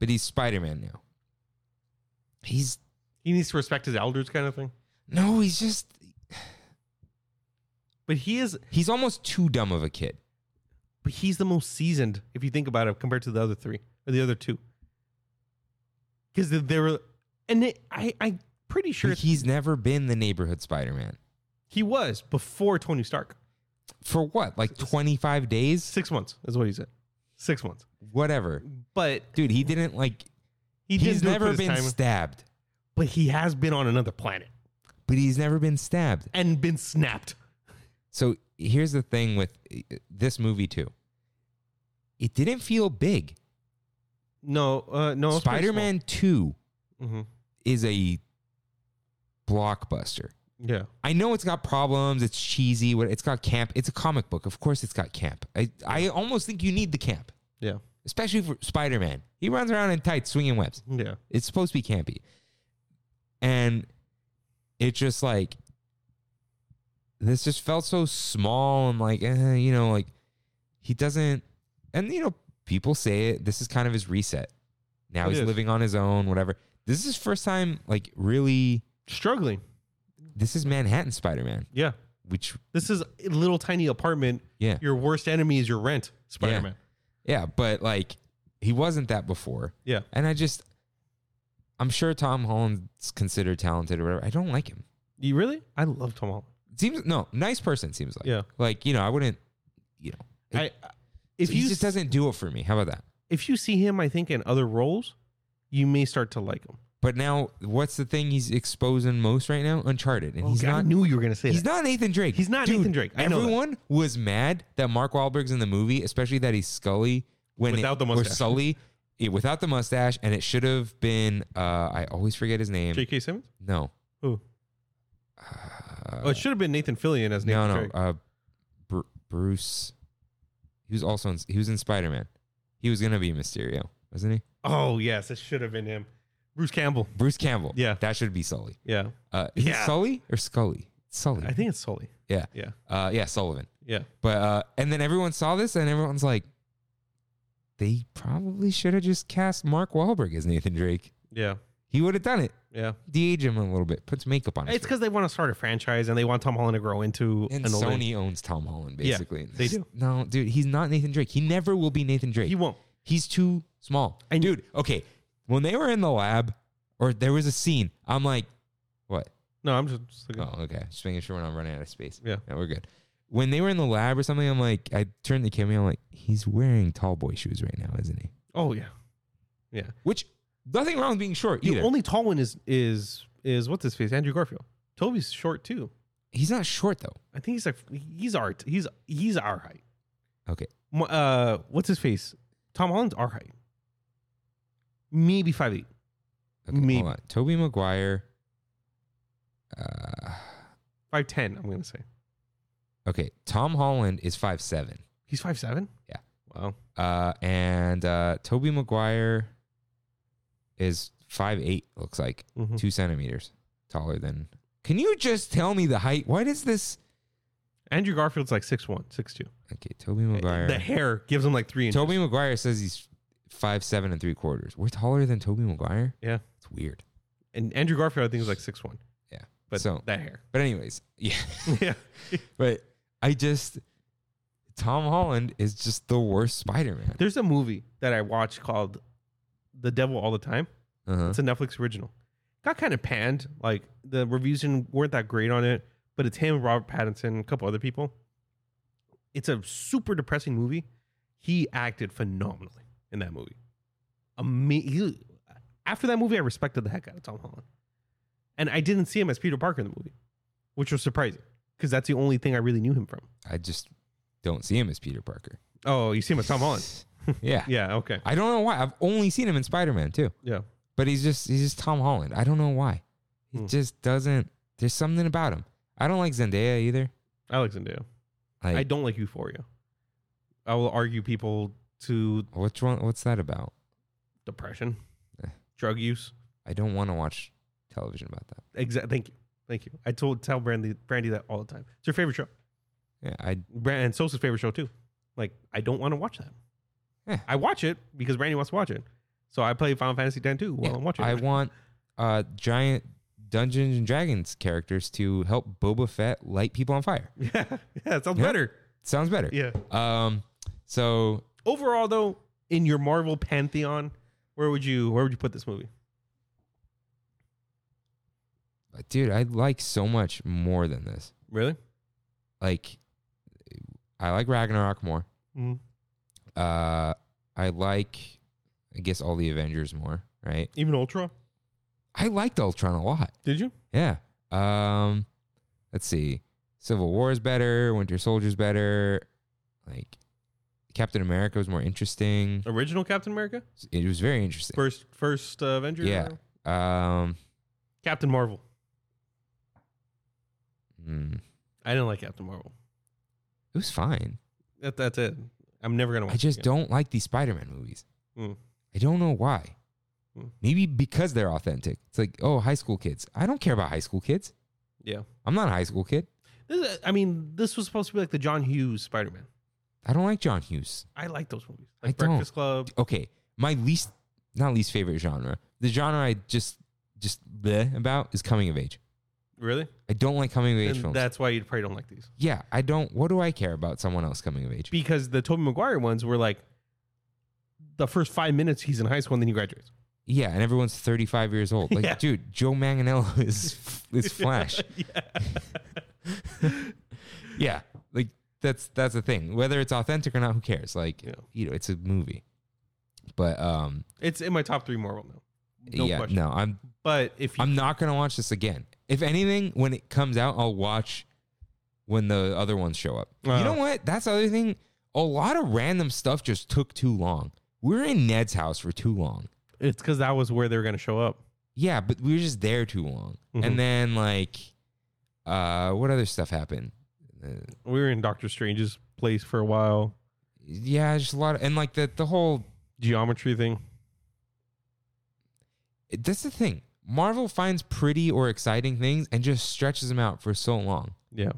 but he's Spider-Man now. He's
He needs to respect his elders, kind of thing.
no, he's just
But he is
he's almost too dumb of a kid.
but he's the most seasoned if you think about it compared to the other three or the other two because they were and it, i i'm pretty sure
He- He's never been the neighborhood Spider-Man.
he was before tony stark
for what like 25 days
six months is what he said six months
whatever
but
dude he didn't like
he
he's
did
never been
time,
stabbed
but he has been on another planet
but he's never been stabbed
and been snapped
so here's the thing with uh, this movie too it didn't feel big
no uh no it's pretty
spider-man 2
small. Mhm.
is a blockbuster
yeah
i know it's got problems it's cheesy what it's got camp it's a comic book of course it's got camp i, I almost think you need the camp
yeah
especially for spider-man he runs around in tights swinging webs
yeah
It's supposed to be campy. And it just like this just felt so small and like eh, you know like he doesn't and you know people say it this is kind of his reset. Now
It
he's
is.
living on his own whatever. This is his first time like really
struggling
this is Manhattan Spider-Man
yeah
which
this is a little tiny apartment
yeah.
your worst enemy is your rent spider-man
Yeah, but like he wasn't that before.
Yeah.
And I just I'm sure Tom Holland's considered talented or whatever. I don't like him.
You really? I love Tom Holland.
Seems no, nice person seems like.
Yeah.
Like, you know, I wouldn't you know
I if
he
you
just doesn't do it for me. How about that?
if you see him, I think in other roles, you may start to like him.
But now what's the thing he's exposing most right now? Uncharted. And he's
Oh, God, I
not
knew you were gonna say
He's
that.
not Nathan Drake.
He's not
Dude,
Nathan Drake. I know that.
everyone was mad that Mark Wahlberg's in the movie, especially that he's Scully when it-
Without the
or
mustache.
Sully eh, without the mustache, and it should have been uh, I always forget his name.
J.K. Simmons.
No,
Who? oh, it should have been Nathan Fillion as Nathan
Uh, no, no.
Drake.
Uh, Br- Bruce. He was also in, he was in Spider Man. He was gonna be Mysterio, wasn't he?
oh yes, it should have been him. Bruce Campbell.
Bruce Campbell.
Yeah.
that should be Sully.
Yeah,
Uh, is it
Yeah.
Sully or Scully? Sully.
I think it's Sully.
Yeah.
Yeah,
Uh, yeah, Sullivan.
yeah.
But uh, and then everyone saw this, and everyone's like, they probably should have just cast Mark Wahlberg as Nathan Drake.
Yeah,
He would have done it.
yeah.
De-age him a little bit. Puts makeup on. His
It's because they want to start a franchise and they want Tom Holland to grow into
and
an old man.
Sony owns Tom Holland
Yeah,
basically.
they do.
No, dude, he's not Nathan Drake. He never will be Nathan Drake.
He won't.
He's too small.
I-
dude, okay. When they were in the lab, or there was a scene, I'm like, what?
No, I'm just, just looking.
Oh, okay. Just making sure we're not running out of space.
Yeah.
No, we're good. When they were in the lab or something, I'm like, I turned the camera. I'm like, he's wearing tall boy shoes right now, isn't he?
Oh yeah, yeah.
Which nothing wrong with being short
The
either.
only tall one is is is what's his face Andrew Garfield. Toby's short too.
he's not short though.
I think he's like he's our he's he's our height.
Okay.
Mo- Uh, what's his face? Tom Holland's our height. Maybe five eight.
Okay.
Maybe.
Hold on. Toby Maguire. Uh,
Five ten, I'm gonna say.
okay. Tom Holland is five seven.
He's five seven?
Yeah.
Wow.
Uh, and uh, Toby Maguire is five eight. Looks like
Mhm.
two centimeters taller than. Can you just tell me the height? What is this?
Andrew Garfield's like six one, six two.
Okay, Toby Maguire.
The hair gives him like three inches.
Toby Maguire says he's five seven and three quarters. We're taller than Toby Maguire.
Yeah.
It's weird.
And Andrew Garfield I think is like six one.
Yeah.
But
So-
that hair.
But anyways, yeah.
yeah.
but I just Tom Holland is just the worst Spider Man.
There's a movie that I watched called The Devil All the Time.
Uh-huh.
It's a Netflix original. Got kind of panned. Like the reviews didn't, weren't that great on it, but it's him, Robert Pattinson, a couple other people. It's a super depressing movie. He acted phenomenally in that movie. Ama- he- After that movie, I respected the heck out of Tom Holland. And I didn't see him as Peter Parker in the movie, which was surprising because that's the only thing I really knew him from.
I just don't see him as Peter Parker.
Oh, you see him as Tom Holland?
Yeah.
Yeah, okay.
I don't know why. I've only seen him in Spider Man too.
Yeah.
But he's just he's just Tom Holland. I don't know why. He
Hmm.
just doesn't there's something about him. I don't like Zendaya either.
Alex and Dale.
Like
I don't like Euphoria. I will argue people to
which one what's that about?
depression,
Eh.
drug use.
I don't want to watch television about that.
Exactly. Thank you. Thank you. I told tell Brandy Brandy that all the time. It's your favorite show,
Yeah, I
Brand, and Sosa's favorite show too. Like I don't want to watch that.
Eh.
I watch it because Brandy wants to watch it, so I play Final Fantasy X too while
yeah,
I'm watching.
I
it.
want uh giant Dungeons and Dragons characters to help Boba Fett light people on fire.
yeah, yeah, it sounds
Yeah.
better.
Sounds better.
Yeah.
Um so
Overall, though, in your Marvel pantheon, where would you where would you put this movie?
dude, I like so much more than this.
Really?
Like I like Ragnarok more.
Mm.
Uh I like I guess all the Avengers more, right?
Even Ultra?
I liked Ultron a lot.
Did you?
Yeah. Um, let's see. Civil War is better. Winter Soldier's better. Like Captain America was more interesting.
Original Captain America?
It was very interesting.
First first uh, Avenger?
Yeah. Um,
Captain Marvel.
mm,
I didn't like Captain Marvel.
it was fine.
That, that's it. I'm never gonna watch.
I just
it again.
don't like these Spider-Man movies.
Mm.
I don't know why.
Mm.
Maybe because they're authentic. It's like, oh, high school kids. I don't care about high school kids.
Yeah.
I'm not a high school kid.
This is, I mean, this was supposed to be like the John Hughes Spider Man.
I don't like John Hughes.
I like those movies,
I
like
don't.
Breakfast Club.
okay, my least not least favorite genre, the genre I just just bleh about is coming of age.
Really?
I don't like coming of age
And
films.
that's why you probably don't like these
yeah, I don't. What do I care about someone else coming of age?
because the Tobey Maguire ones were like, the first five minutes he's in high school and then he graduates.
Yeah, and everyone's 35 years old. Like,
Yeah.
dude, Joe Manganiello is is Flash. yeah, like that's that's the thing. Whether it's authentic or not, who cares? Like,
Yeah.
you know, it's a movie. But um,
It's in my top three Marvel now. No
yeah,
question.
no, I'm
But if you,
I'm not gonna watch this again. If anything, when it comes out, I'll watch when the other ones show up.
Uh.
you know what? That's the other thing. A lot of random stuff just took too long. We were in Ned's house for too long.
it's because that was where they were going to show up.
Yeah, but we were just there too long.
Mhm.
And then like, uh, what other stuff happened? Uh,
We were in Doctor Strange's place for a while.
yeah, just a lot. Of, and like the the whole.
Geometry thing.
That's the thing. Marvel finds pretty or exciting things and just stretches them out for so long.
Yeah.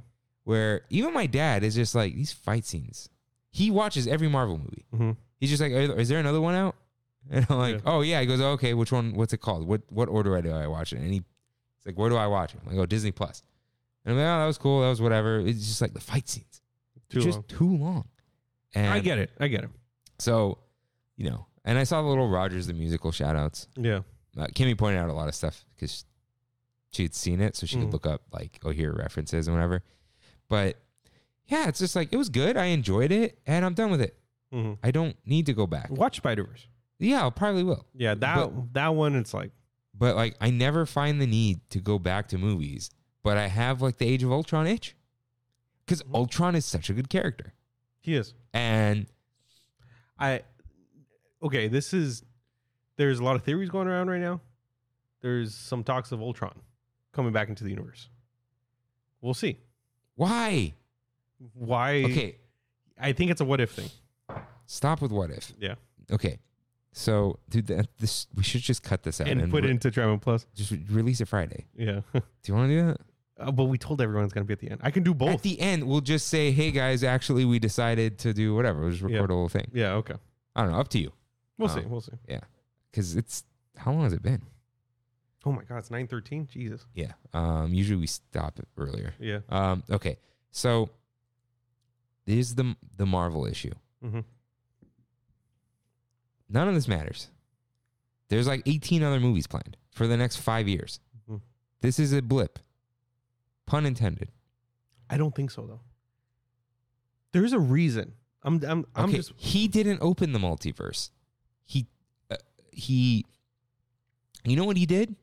where even my dad is just like these fight scenes. He watches every Marvel movie.
Mhm.
He's just like, "Are- is there another one out? And I'm like,
Yeah.
oh yeah. He goes, oh, okay, which one? What's it called? What what order do I watch it? And he, it's like, where do I watch it? I'm like, oh, Disney Plus. And I'm like, oh, that was cool. That was whatever. It's just like the fight scenes,
Too
just
long.
too long. And
I get it. I get it.
So, you know, and I saw the little Rogers the musical shout outs.
Yeah.
Uh, Kimmy pointed out a lot of stuff because she had seen it, so she
Mhm.
could look up like oh here are references and whatever. But yeah, it's just like it was good. I enjoyed it, and I'm done with it.
hmm
I don't need to go back.
Watch Spider Verse.
Yeah, I probably will.
Yeah. That that one. It's like
But like, I never find the need to go back to movies. But I have like the Age of Ultron itch because
Mm.
Ultron is such a good character,
he is.
and
I okay, this is there's a lot of theories going around right now. There's some talks of Ultron coming back into the universe. We'll see.
why?
Why
Okay,
I think it's a what if thing.
stop with what if.
Yeah.
Okay, so dude, that, this we should just cut this out
And, put
re-
it into Dragon Plus.
just re- release it Friday.
Yeah.
Do you want to do that?
Uh, but we told everyone it's gonna be at the end. I can do
At
both.
the end, we'll just say, "Hey guys, actually, we decided to do whatever. We'll just
Yeah.
record a little thing.
yeah, okay.
I don't know. Up to you.
We'll
Oh.
see. We'll see.
Because it's how long has it been?
Oh my god, it's nine thirteen. Jesus.
Yeah. Um. Usually we stop it earlier.
Yeah.
Um. Okay. So this is the the Marvel issue.
Mhm.
None of this matters. There's like 18 other movies planned for the next five years.
Mhm.
This is a blip, pun intended.
I don't think so though. There's a reason. I'm I'm I'm
okay,
just
he didn't open the multiverse. He uh, he You know what he did?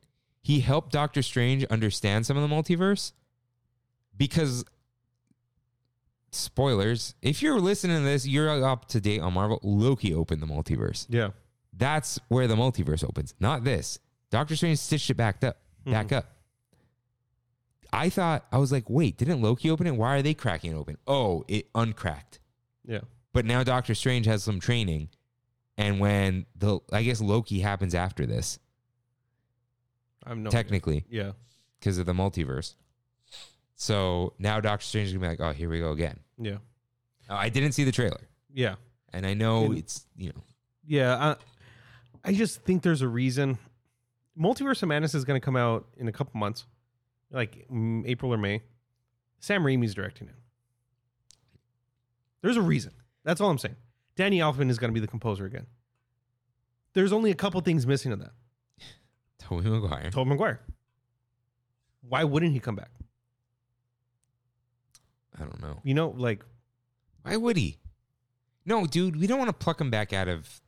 He helped Doctor Strange understand some of the multiverse because spoilers, if you're listening to this, you're up to date on Marvel. Loki opened the multiverse.
Yeah.
That's where the multiverse opens, not this. Doctor Strange stitched it back up,
Mm-hmm.
back up. I thought I was like, wait, didn't Loki open it? Why are they cracking it open? Oh, it uncracked.
Yeah.
But now Doctor Strange has some training, and when the I guess Loki happens after this,
I'm no
technically
Yeah.
because of the multiverse. So now Doctor Strange is gonna be like, oh, here we go again.
Yeah.
Now, I didn't see the trailer,
Yeah.
and I know
And-
it's you know
Yeah, I, I just think there's a reason. Multiverse of Madness is going to come out in a couple months, like mm, April or May. Sam Raimi's directing it. There's a reason. That's all I'm saying. Danny Elfman is going to be the composer again. There's only a couple things missing of that.
Tobey Maguire.
Tobey Maguire. Why wouldn't he come back?
I don't know
You know, like
why would he? No, dude, we don't want to pluck him back out of.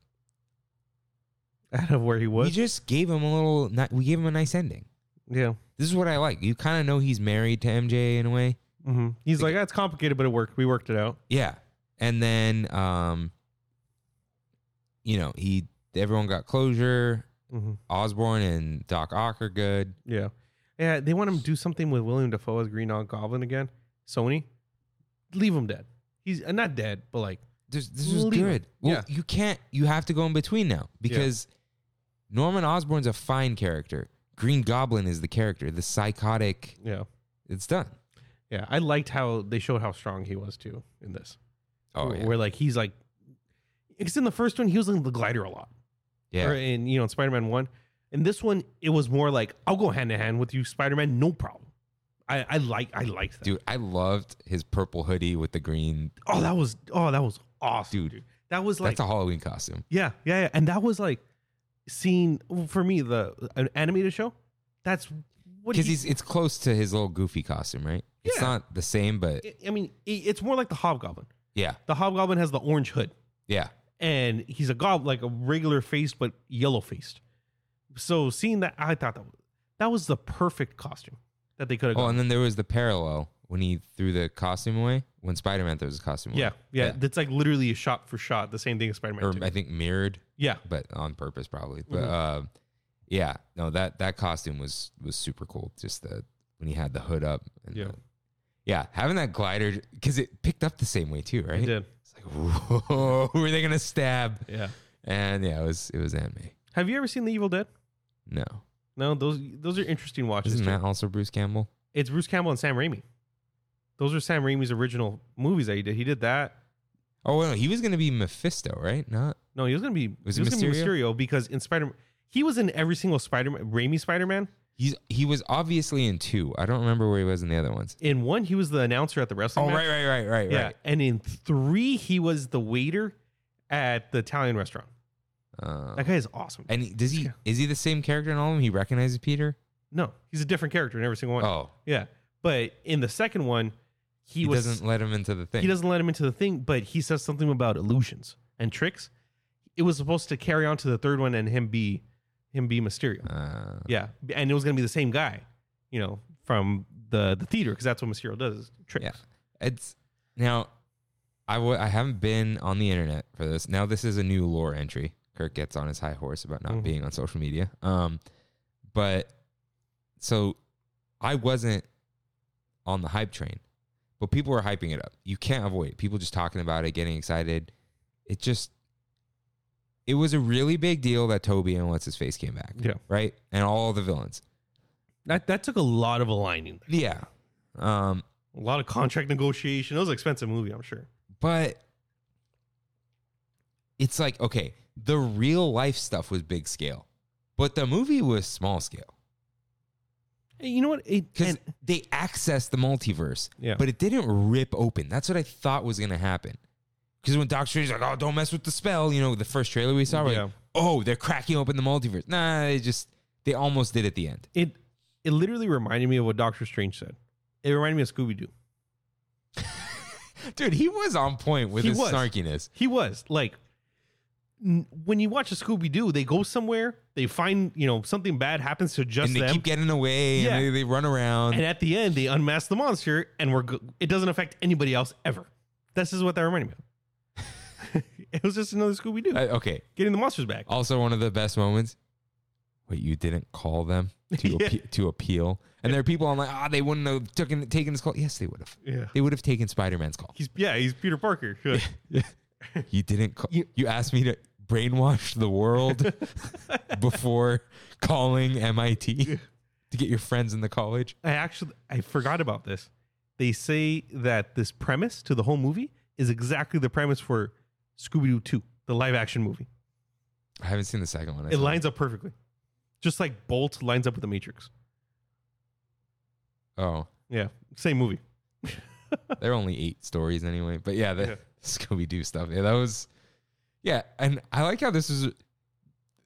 out of where he
We
was.
just gave him a little. ni- We gave him a nice ending.
yeah.
This is what I like. You kind of know he's married to MJ in a way.
hmm He's like, that's complicated, but it worked. We worked it out.
Yeah. And then um you know, he everyone got closure.
Mm-hmm.
Osborne and Doc Ock are good.
Yeah. Yeah, they want him to do something with William Defoe as Green Goblin again. Sony, leave him dead. He's uh, not dead, but like,
This this was
Leave
good.
it.
Well,
Yeah.
you can't you have to go in between now because Norman Osborn's a fine character. Green Goblin is the character, the psychotic.
yeah,
It's done.
yeah. I liked how they showed how strong he was too in this.
Oh
where,
yeah.
where, like he's like, because in the first one he was in the glider a lot,
Yeah.
or in you know Spider Man one. In this one, it was more like I'll go hand to hand with you, Spider Man, no problem. I I like I liked that.
Dude, I loved his purple hoodie with the green.
Oh, that was oh that was awesome, dude.
Dude,
That was like
That's a Halloween costume.
Yeah, yeah, yeah. And that was like seeing well, for me the an animated show. That's what
Because
he-
he's it's close to his little goofy costume, right? It's
Yeah.
not the same, but
I mean, i- it's more like the Hobgoblin.
yeah,
The Hobgoblin has the orange hood,
yeah.
and he's a gob like a regular faced but yellow faced. So seeing that, I thought that was, that was the perfect costume that they could have.
Oh,
gone.
and then there was the parallel when he threw the costume away when Spider Man throws his costume away.
yeah, yeah,
Yeah.
That's like literally a shot for shot, the same thing as Spider Man.
or I think mirrored,
Yeah,
but on purpose probably. But
Mm-hmm.
um, yeah, no that that costume was was super cool. Just the when he had the hood up. And
Yeah.
the- yeah, having that glider because it picked up the same way too, right?
I did.
It's like whoa, who are they gonna stab?
Yeah.
And yeah, it was it was anime.
Have you ever seen The Evil Dead?
No,
No, those those are interesting watches.
isn't
too.
that also Bruce Campbell?
It's Bruce Campbell and Sam Raimi. Those are Sam Raimi's original movies that he did. He did that.
Oh no, he was gonna be Mephisto, right? Not
No, he was gonna be
Was
he
it
was gonna be
Mysterio?
Mysterio because in Spider he was in every single Spider Man Raimi Spider Man.
he's he was obviously in two. I don't remember where he was in the other ones.
In one, he was the announcer at the wrestling.
Oh
match.
right, right, right, right,
yeah.
right.
And in three, he was the waiter at the Italian restaurant.
Uh,
That guy is awesome.
and he, does he
Yeah.
is he the same character in all of them? He recognizes Peter.
no, he's a different character in every single one.
Oh,
Yeah, but in the second one, he,
he,
was
doesn't let him into the thing.
he doesn't let him into the thing, but he says something about illusions and tricks. It was supposed to carry on to the third one and him be him be Mysterio.
Uh,
Yeah, and it was gonna be the same guy, you know, from the the theater because that's what Mysterio does is tricks.
Yeah. it's now. I w- I haven't been on the internet for this. Now this is a new lore entry. Kirk gets on his high horse about not
Mhm.
being on social media. Um, but so I wasn't on the hype train, but people were hyping it up. You can't avoid it. People just talking about it, getting excited. It just it was a really big deal that Toby and what's his face came back.
Yeah.
Right? And all the villains.
That that took a lot of aligning,
Yeah. Um,
a lot of contract negotiation. It was an expensive movie, I'm sure.
but it's like okay the real life stuff was big scale but the movie was small scale
And you know what? It
because
and,
they accessed the multiverse
Yeah.
but it didn't rip open that's what i thought was going to happen because when Doctor Strange's like, oh, don't mess with the spell, you know, the first trailer we saw, we're like,
Yeah.
oh, they're cracking open the multiverse. Nah, they just, they almost did at the end.
it it literally reminded me of what Doctor Strange said. It reminded me of Scooby Doo.
Dude, he was on point with
He
his
was.
snarkiness.
He was like, n- when you watch a Scooby Doo, they go somewhere, they find you know something bad happens to just
And they
them,
keep getting away
Yeah.
and they, they run around.
and at the end they unmask the monster, and we're go- it doesn't affect anybody else ever. This is what that reminded me of. it was just another Scooby Doo
Uh, okay,
getting the monsters back.
Also, one of the best moments. Wait, you didn't call them to
Yeah.
appe- to appeal, and there are people online. Ah, they wouldn't have taken taken his call. Yes, they would have.
Yeah,
They would have taken Spider Man's call.
he's yeah he's Peter Parker. Good.
You didn't. Call,
You-
you asked me to brainwash the world before calling MIT to get your friends in the college.
I actually I forgot about this. They say that this premise to the whole movie is exactly the premise for Scooby Doo Two, the live action movie.
I haven't seen the second one. I
it
saw
lines up perfectly, just like Bolt lines up with the Matrix.
Oh,
Yeah, same movie.
there are only eight stories anyway. But yeah, the
Yeah.
Scooby Doo stuff. Yeah, that was. Yeah, and I like how this is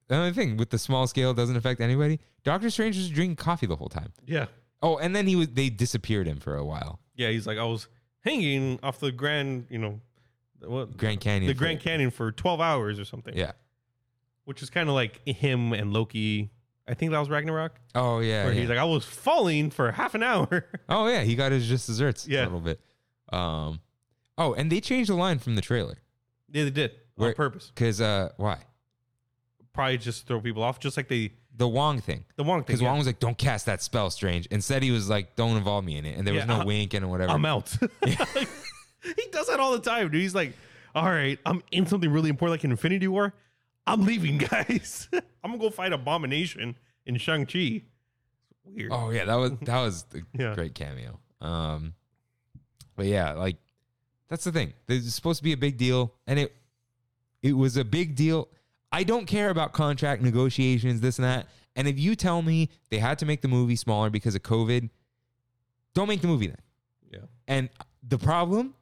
another thing with the small scale doesn't affect anybody. Doctor Strange was drinking coffee the whole time.
Yeah,
Oh, and then he was they disappeared him for a while.
yeah. He's like I was hanging off the Grand, you know, what
Grand Canyon.
the
for-
Grand Canyon for twelve hours or something.
Yeah.
which is kind of like him and Loki. I think that was Ragnarok,
Oh yeah.
where
yeah.
he's like I was falling for half an hour.
oh yeah, he got his just desserts a
Yeah.
little bit. Um Oh, and they changed the line from the trailer.
yeah, they did
Where-
on purpose.
Cause uh why?
Probably just throw people off, just like they
The Wong thing.
the Wong thing.
Because Wong was like, Don't cast that spell, Strange. Instead he was like, Don't involve me in it. And there was
Yeah,
no
uh,
wink and whatever.
I'm out. he does that all the time, dude. He's like, all right, I'm in something really important like Infinity War. I'm leaving, guys. I'm gonna go fight Abomination in Shang-Chi. Weird.
Oh yeah, that was that was a
Yeah.
great cameo. Um, but yeah, like that's the thing. This is supposed to be a big deal, and it it was a big deal. I don't care about contract negotiations, this and that. And if you tell me they had to make the movie smaller because of COVID, don't make the movie then.
Yeah.
And the problem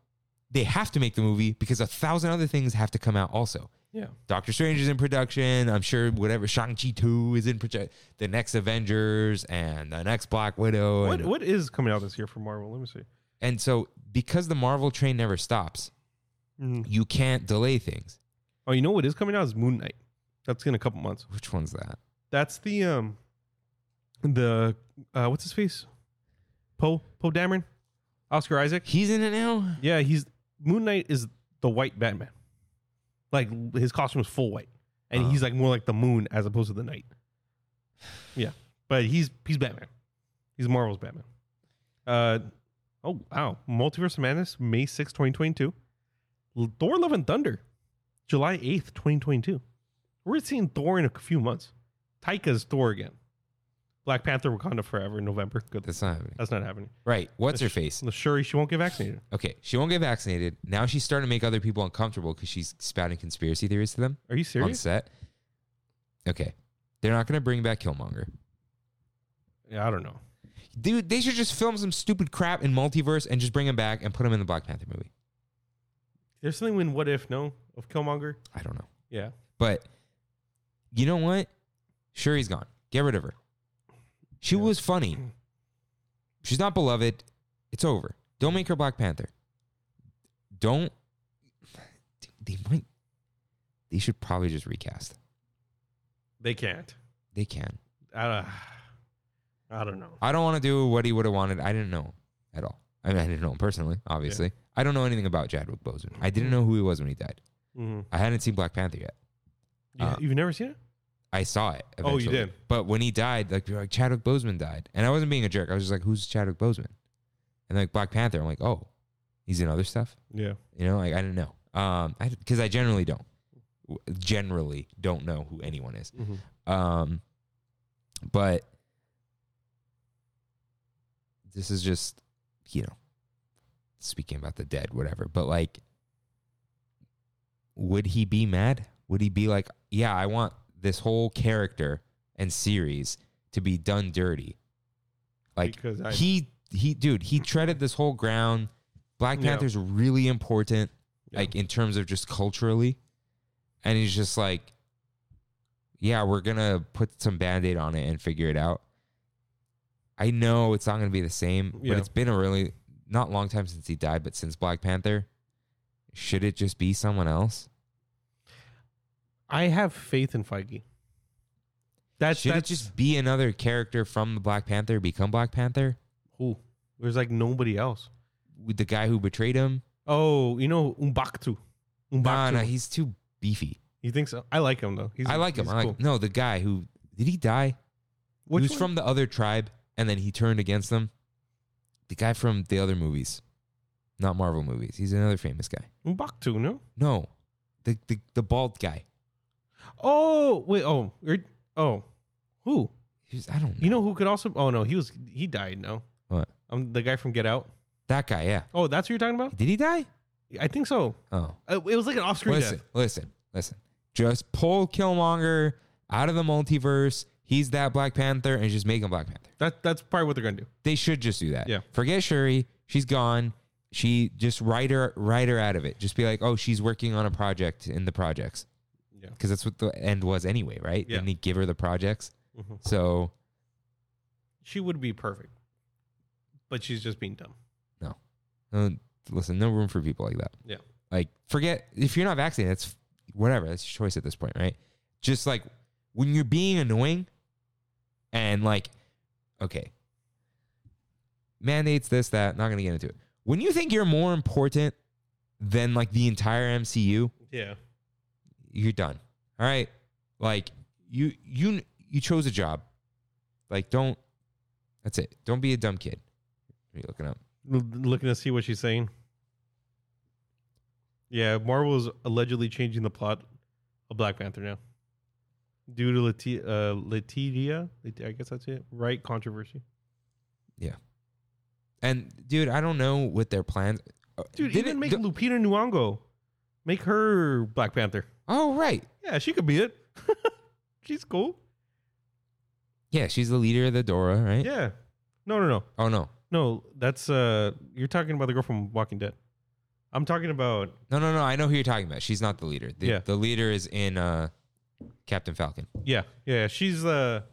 they have to make the movie because a thousand other things have to come out also.
Yeah.
Doctor Strange is in production. I'm sure whatever Shang-Chi 2 is in production. The next Avengers and the next Black Widow.
What
and,
what is coming out this year for Marvel? Let me see.
and so because the Marvel train never stops,
Mm.
you can't delay things.
Oh, you know what is coming out is Moon Knight. That's in a couple months.
Which one's that?
That's the um, the uh, what's his face? Poe Poe Dameron, Oscar Isaac.
He's in it now?
Yeah, he's Moon Knight is the white Batman. Like his costume is full white, and
Oh.
he's like more like the moon as opposed to the night. Yeah, but he's he's Batman. He's Marvel's Batman. Uh, oh wow, Multiverse of Madness, May 6, twenty twenty two. Thor: Love and Thunder, July eighth, twenty twenty two. We're seeing Thor in a few months. Taika's Thor again. Black Panther: Wakanda Forever in November. Good,
That's not happening.
that's not happening.
Right. What's her face?
Shuri, she won't get vaccinated.
Okay. She won't get vaccinated. Now she's starting to make other people uncomfortable because she's spouting conspiracy theories to them
Are you
on
serious?
set. Okay. They're not going to bring back Killmonger.
Yeah, I don't know.
Dude, they should just film some stupid crap in multiverse and just bring him back and put him in the Black Panther movie.
There's something in What If, no? Of Killmonger?
I don't know.
Yeah.
But you know what? Shuri's gone. Get rid of her. She
Yeah.
was funny. She's not beloved. It's over. Don't make her Black Panther. Don't. They might. They should probably just recast.
They can't.
They can.
I, don't- I don't know.
I don't want to do what he would have wanted. I didn't know at all. I mean, I didn't know him personally, obviously. I don't know anything about Chadwick Boseman. I didn't know who he was when he died.
Mhm.
I hadn't seen Black Panther yet.
You,
Uh,
you've never seen it?
I saw it.
Oh, you
eventually.
did.
But when he died, like, you're like Chadwick Boseman died, and I wasn't being a jerk. I was just like, "Who's Chadwick Boseman?" And like Black Panther, I'm like, "Oh, he's in other stuff."
Yeah.
You know, like I didn't know, um, because I, generally don't, w- generally don't know who anyone is.
Mhm.
Um, but this is just, you know, speaking about the dead, whatever. But like, would he be mad? Would he be like, yeah, I want this whole character and series to be done dirty? Like
Because I-
he he dude, he treaded this whole ground. Black
Yeah.
Panther's really important,
Yeah.
like in terms of just culturally. And he's just like, yeah, we're gonna put some band aid on it and figure it out. I know it's not gonna be the same,
Yeah.
but it's been a really not long time since he died, but since Black Panther. Should it just be someone else?
I have faith in Feige. That's,
Should it
that's
just be another character from the Black Panther become Black Panther?
who? There's like nobody else.
With the guy who betrayed him?
Oh, you know, Umbaktu. Umbaktu.
Nah, nah, he's too beefy.
you think so? I like him, though. He's,
I like him.
he's
I like
cool.
no the guy who did he die?
Which
he was
one?
from the other tribe and then he turned against them. The guy from the other movies. Not Marvel movies. He's another famous guy.
Umbaktu, no?
No. The the, the bald guy.
Oh, wait. Oh, you're- oh. Who?
He was- I don't know.
You know who could also? Oh, no. He was, he died, no?
What?
Um, the guy from Get Out.
That guy, yeah.
Oh, that's who you're talking about?
Did he die?
I think so.
Oh.
Uh, It was like an off-screen
Listen,
death.
listen, listen. Just pull Killmonger out of the multiverse. He's that Black Panther and just make him Black Panther.
That that's probably what they're gonna do.
They should just do that.
Yeah.
Forget Shuri. She's gone. She just write her write her out of it. Just be like, oh, she's working on a project in the projects.
Yeah.
Because that's what the end was anyway, right?
Yeah.
Didn't he give her the projects?
Mhm.
So
She would be perfect, but she's just being dumb.
uh, listen, no room for people like that.
Yeah.
Like, forget if you're not vaccinated, that's whatever. That's your choice at this point, right? Just like when you're being annoying and like, okay, mandates this, that, not going to get into it. When you think you're more important than like the entire MCU,
Yeah.
you're done. All right. Like, you, you, you chose a job. Like, don't, that's it. Don't be a dumb kid. What are you looking up?
looking to see what she's saying. Yeah, Marvel is allegedly changing the plot of Black Panther now due to Leti- uh, Letitia. Let- I guess that's it. Right controversy.
And dude, I don't know what their plans. uh,
Dude,
did
even
it
make
go-
Lupita Nyong'o, make her Black Panther.
oh right,
Yeah, she could be it. she's cool.
yeah, she's the leader of the Dora, right?
Yeah. No, no, no.
Oh no,
No, that's uh you're talking about the girl from Walking Dead. I'm talking about
No, no, no. I know who you're talking about. She's not the leader. The,
Yeah.
the leader is in uh, Captain Falcon.
yeah, yeah. She's the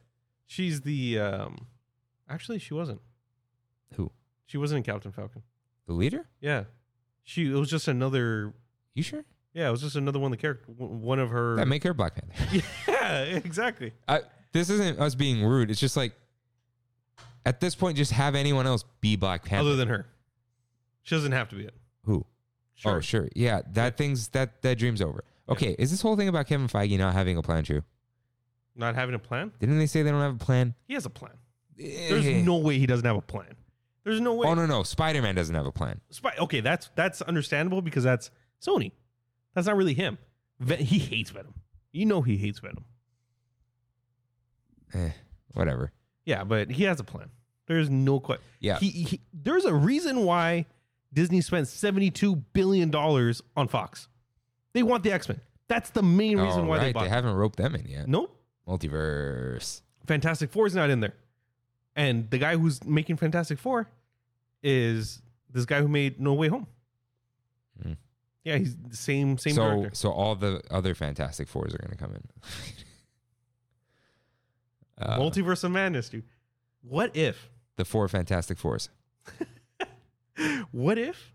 she's the um actually she wasn't.
Who?
She wasn't in Captain Falcon.
The leader?
Yeah. She it was just another
You sure?
yeah, it was just another one of the character one of her
That make her Black Panther.
Yeah, exactly.
I, this isn't us being rude. It's just like at this point, just have anyone else be Black Panther.
Other than her. She doesn't have to be it.
who?
Sure.
Oh, sure. Yeah, that thing's that that dream's over. Okay, is this whole thing about Kevin Feige not having a plan true?
Not having a plan?
Didn't they say they don't have a plan?
He has a plan.
Eh,
There's no way he doesn't have a plan. There's no way.
Oh no no, Spider Man doesn't have a plan.
Spy- okay, that's that's understandable because that's Sony. That's not really him. Ve- he hates Venom. You know he hates Venom.
Eh, whatever.
Yeah, but he has a plan. There's no question.
Yeah.
He, he there's a reason why Disney spent 72 billion dollars on Fox. They want the X-Men. That's the main reason
Oh,
why they
right,
bought.
they
it.
haven't roped them in yet.
nope.
Multiverse.
Fantastic Four is not in there. And the guy who's making Fantastic Four is this guy who made No Way Home.
Hmm.
Yeah, he's the same same
so
director.
so all the other Fantastic Fours are gonna come in. uh,
Multiverse of Madness, dude. What if?
the four Fantastic Fours.
What if?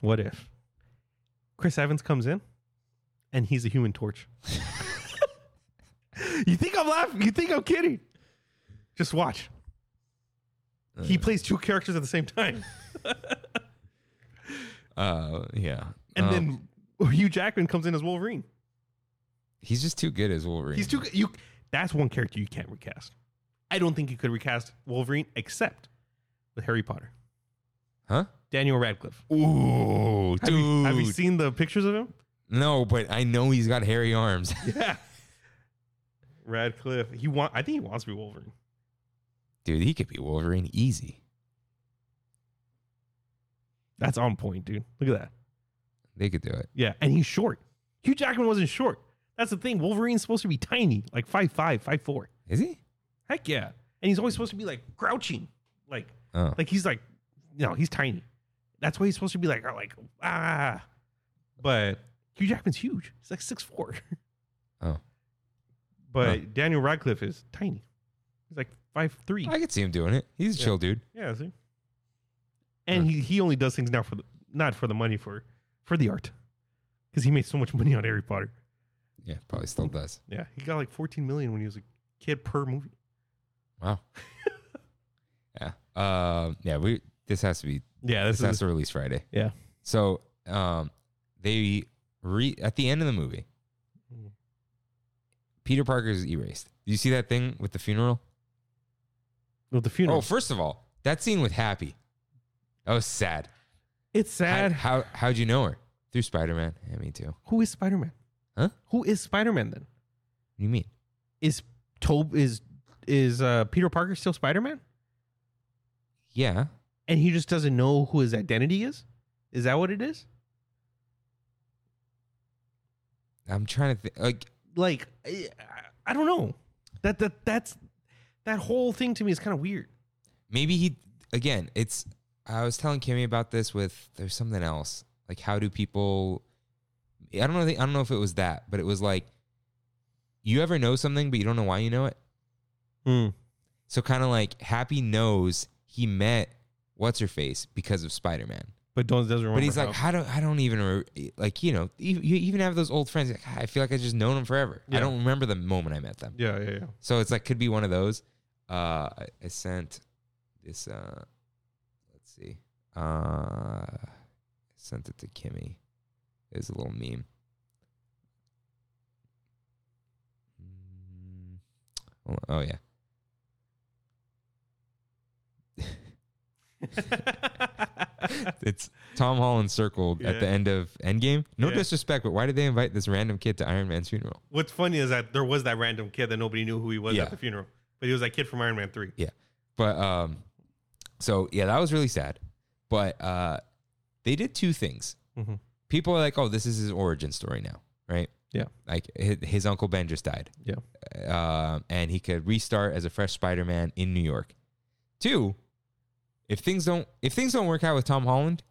What if? Chris Evans comes in and he's a human torch. you think I'm laughing? You think I'm kidding? Just watch. He plays two characters at the same time.
Uh, yeah.
And
Um,
then Hugh Jackman comes in as Wolverine.
he's just too good as Wolverine.
He's too good. You that's one character you can't recast. I don't think you could recast Wolverine except with Harry Potter.
huh?
Daniel Radcliffe.
Ooh,
Have you, have you seen the pictures of him?
No, but I know he's got hairy arms.
Yeah. Radcliffe. He want I think he wants to be Wolverine.
Dude, he could be Wolverine easy.
That's on point, dude. Look at that.
They could do it.
Yeah. And he's short. Hugh Jackman wasn't short. That's the thing. Wolverine's supposed to be tiny, like five five, five four.
Is he?
Heck yeah. And he's always supposed to be like crouching. Like
Oh,
like he's like no, he's tiny. That's why he's supposed to be like are like ah. But Hugh Jackman's huge. He's like six four.
Oh.
But Daniel Radcliffe is tiny. He's like five three.
I could see him doing it. He's a
Yeah.
chill dude.
Yeah, see. And he, he only does things now for the not for the money for for the art, because he made so much money on Harry Potter.
Yeah, probably still does.
Yeah, he got like fourteen million when he was a kid per movie.
Wow. yeah. Um. Yeah. We. This has to be.
Yeah,
This has to release Friday.
Yeah.
So, um, they re at the end of the movie,
Mhm.
Peter Parker is erased. Do you see that thing with the funeral?
well, the funeral.
Oh, first of all, that scene with Happy. That was sad.
it's
How,
sad.
how how'd you know her? Through Spider Man. Yeah, me too. What
Who is Spider Man?
Huh?
Who is Spider Man then?
do you mean?
Is Tob is is uh, Peter Parker still Spider Man?
Yeah.
And he just doesn't know who his identity is. Is that what it is?
I'm trying to think. Like,
Like I, I don't know. That that that's that whole thing to me is kind of weird.
maybe he again it's i was telling kimmy about this with there's something else like how do people i don't know i don't know if it was that but it was like you ever know something but you don't know why you know it Hmm. so kind of like happy knows he met what's her face because of spider-man
But don't doesn't remember.
but he's like
how.
i don't i don't even re- like you know you, you even have those old friends like i feel like i just known them forever
Yeah.
i don't remember the moment i met them
yeah, yeah, yeah.
so it's like could be one of those. Uh, I, I sent this. Uh, let's see. Uh, I sent it to Kimmy. It's a little meme. Mm, hold on. Oh yeah. It's Tom Holland circled at the
Yeah.
end of Endgame. No
Yeah.
disrespect, but why did they invite this random kid to Iron Man's funeral?
What's funny is that there was that random kid that nobody knew who he was
Yeah.
at the funeral, but he was that kid from Iron Man Three.
But um, so yeah, that was really sad. But uh, they did two things.
Mhm.
People are like, "Oh, this is his origin story now, right?"
Yeah.
Like his, his uncle Ben just died.
Yeah.
Um, and he could restart as a fresh Spider-Man in New York. Two, if things don't if things don't work out with Tom Holland,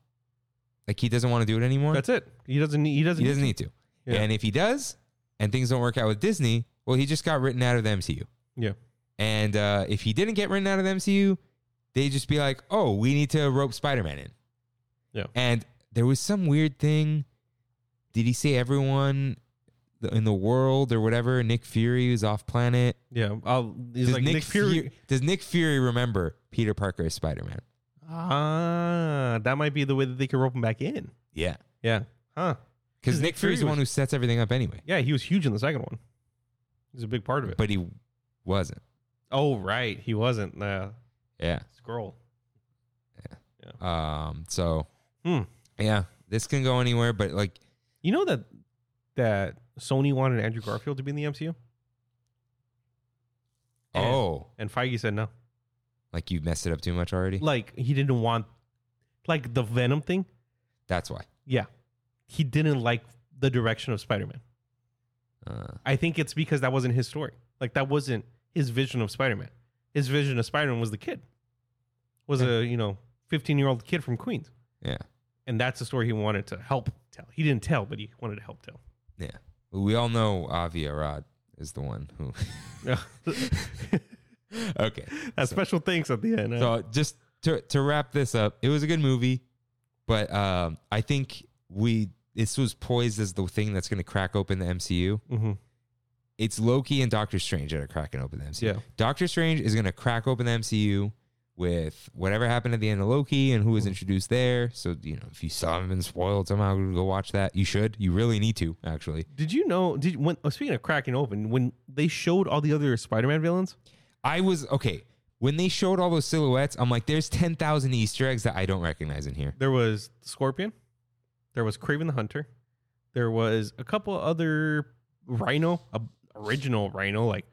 Like he doesn't want to do it anymore.
That's it. He doesn't. need- He doesn't.
he doesn't need to.
Yeah.
And if he does, and things don't work out with Disney, well, he just got written out of the MCU.
Yeah.
And uh, if he didn't get written out of the MCU, they just be like, "Oh, we need to rope Spider-Man in."
Yeah.
And there was some weird thing. Did he say everyone in the world or whatever? Nick Fury is off planet.
Yeah. I'll, he's
does
like Nick, Fury.
Does Nick Fury remember Peter Parker as Spider-Man?
Ah, that might be the way that they could rope him back in.
Yeah.
Yeah. Huh.
Because
'Cause
Nick
Nick Fury
Fury's the
was-
one who sets everything up anyway.
Yeah, he was huge in the second one. He's a big part of it.
But he wasn't.
oh, right, he wasn't the
Yeah.
scroll.
Um. So.
Hmm.
Yeah. This can go anywhere, but like,
You know that that Sony wanted Andrew Garfield to be in the MCU, And-
oh,
and Feige said no.
like you messed it up too much already.
Like he didn't want, like the Venom thing.
That's why.
Yeah, he didn't like the direction of Spider-Man.
Uh,
I think it's because that wasn't his story. Like that wasn't his vision of Spider-Man. His vision of Spider-Man was the kid, was a you know fifteen year old kid from Queens,
yeah.
and that's the story he wanted to help tell. He didn't tell, but he wanted to help tell.
Yeah. We all know Avi Arad is the one who. okay.
That special thanks at the end.
So just to to wrap this up, it was a good movie, but um, I think we this was poised as the thing that's going to crack open the MCU.
hmm
It's Loki and Doctor Strange that are cracking open the MCU.
Yeah.
Doctor Strange is going to crack open the MCU with whatever happened at the end of Loki and who was introduced there. So, you know, if you still haven't been spoiled somehow, go watch that. You should. You really need to, actually.
Did you know? Did when oh, speaking of cracking open, when they showed all the other Spider-Man villains,
I was, okay, when they showed all those silhouettes, I'm like, there's 10,000 Easter eggs that I don't recognize in here.
there was Scorpion, there was Craven the Hunter, there was a couple other Rhino, a original Rhino, like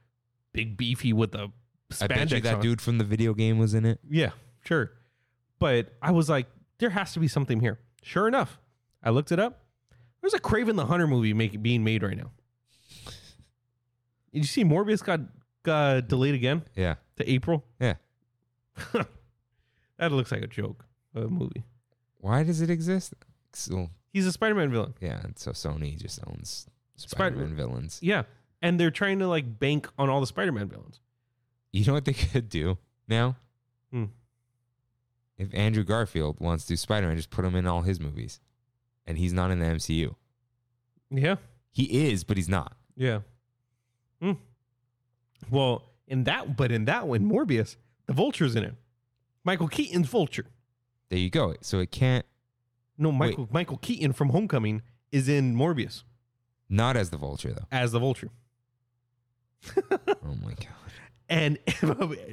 big beefy with a spandex.
I bet you that
on.
dude from the video game was in it.
Yeah, sure. But I was like, there has to be something here. Sure enough, I looked it up. There's a Craven the Hunter movie making being made right now. Did you see Morbius got got delayed again
Yeah.
to April?
Yeah.
that looks like a joke. A movie.
Why does it exist? So,
He's a Spider-Man villain.
yeah. And so Sony just owns
Spider-
Spider-Man villains.
Yeah, and they're trying to like bank on all the Spider-Man villains.
You know what they could do now?
Hmm.
If Andrew Garfield wants to do Spider Man, just put him in all his movies. And he's not in the MCU.
Yeah,
He is, but he's not.
yeah. Hmm. Well, in that, but in that one, Morbius, the Vulture's in it. Michael Keaton's Vulture.
There you go. So it can't,
No, Michael Michael Keaton from Homecoming is in Morbius
not as the vulture, though.
as the Vulture.
Oh my God.
And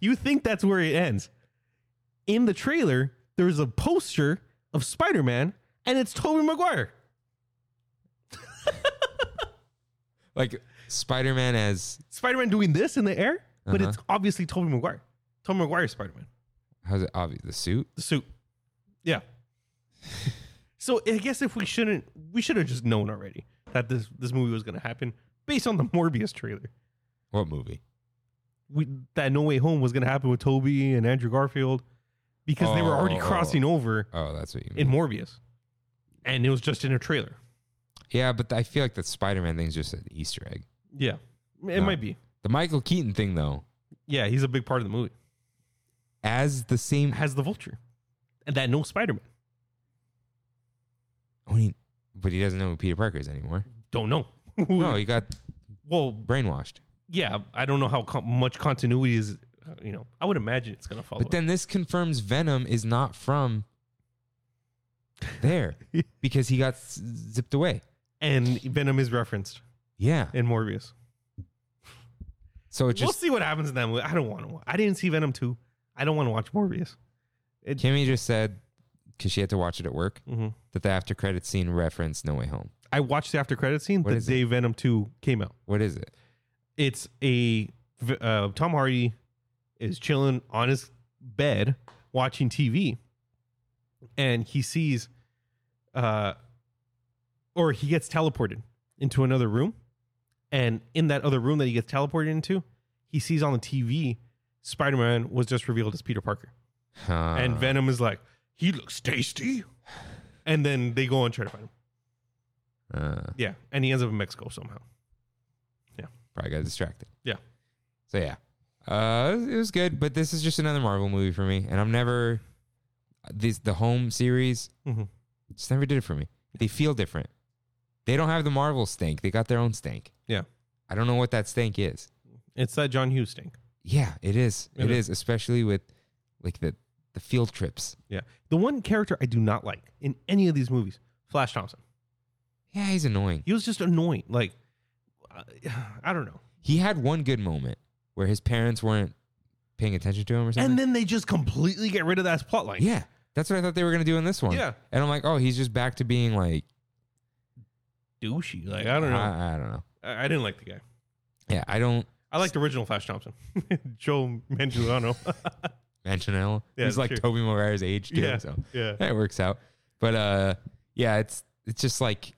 you think that's where it ends. In the trailer, there's a poster of Spider-Man and it's Tobey Maguire.
Like Spider Man as,
Spider-Man doing this in the air, but
Uh-huh.
it's obviously Tobey Maguire. Tobey Maguire's Spider-Man.
how's it obvious? The suit?
The suit. Yeah. so I guess if we shouldn't we should have just known already that this this movie was gonna happen based on the Morbius trailer.
What movie?
we, that No Way Home was going to happen with Toby and Andrew Garfield because they were already
Oh.
crossing over
Oh, that's what you mean.
in Morbius, and it was just in a trailer.
yeah, but I feel like the Spider Man thing's just an Easter egg.
Yeah, it
No.
might be.
The Michael Keaton thing, though,
Yeah, he's a big part of the movie.
as the same.
Has the Vulture, and that no Spider Man.
Oh, he- But he doesn't know who Peter Parker is anymore.
Don't know.
No, he got
well,
brainwashed.
yeah, I don't know how con- much continuity is. uh, You know, I would imagine it's going to follow.
But then this confirms Venom is not from there because he got s- zipped away.
and Venom is referenced
Yeah.
in Morbius.
So it
we'll
just
see what happens in that movie. I don't want to. I didn't see Venom two. I don't want to watch Morbius.
Kimmy just said because she had to watch it at work
Mm-hmm.
that the after credit scene referenced No Way Home.
I watched the after credit scene
What
the
is it?
day Venom 2 came out.
What is it?
It's a uh, Tom Hardy is chilling on his bed watching TV and he sees uh or he gets teleported into another room and in that other room that he gets teleported into, he sees on the TV Spider-Man was just revealed as Peter Parker.
Uh,
and Venom is like, "He looks tasty." and then they go and try to find him.
Uh,
Yeah, and he ends up in Mexico somehow.
probably got distracted.
Yeah.
So yeah, uh, it was- it was good, but this is just another Marvel movie for me, and I'm never these the home series
Mhm.
just never did it for me. They feel different. They don't have the Marvel stink. They got their own stink.
Yeah.
I don't know what that stink is.
It's that John Hughes thing.
Yeah, it is.
It
It
is.
is, especially with like the the field trips.
Yeah, the one character I do not like in any of these movies, Flash Thompson.
Yeah, he's annoying.
He was just annoying. Like, uh, I don't know.
He had one good moment where his parents weren't paying attention to him or something.
And then they just completely get rid of that plot line.
Yeah, that's what I thought they were gonna do in this one.
Yeah.
and I'm like, oh, he's just back to being like,
douchey. Like I don't know.
I, I don't know.
I, I didn't like the guy.
Yeah, I don't
I liked the original Flash Thompson, Joe Manganiello.
mention it.
Yeah,
he's like
true.
Toby Maguire's age too,
Yeah.
so
yeah,
that works out. But uh, yeah, it's it's just like,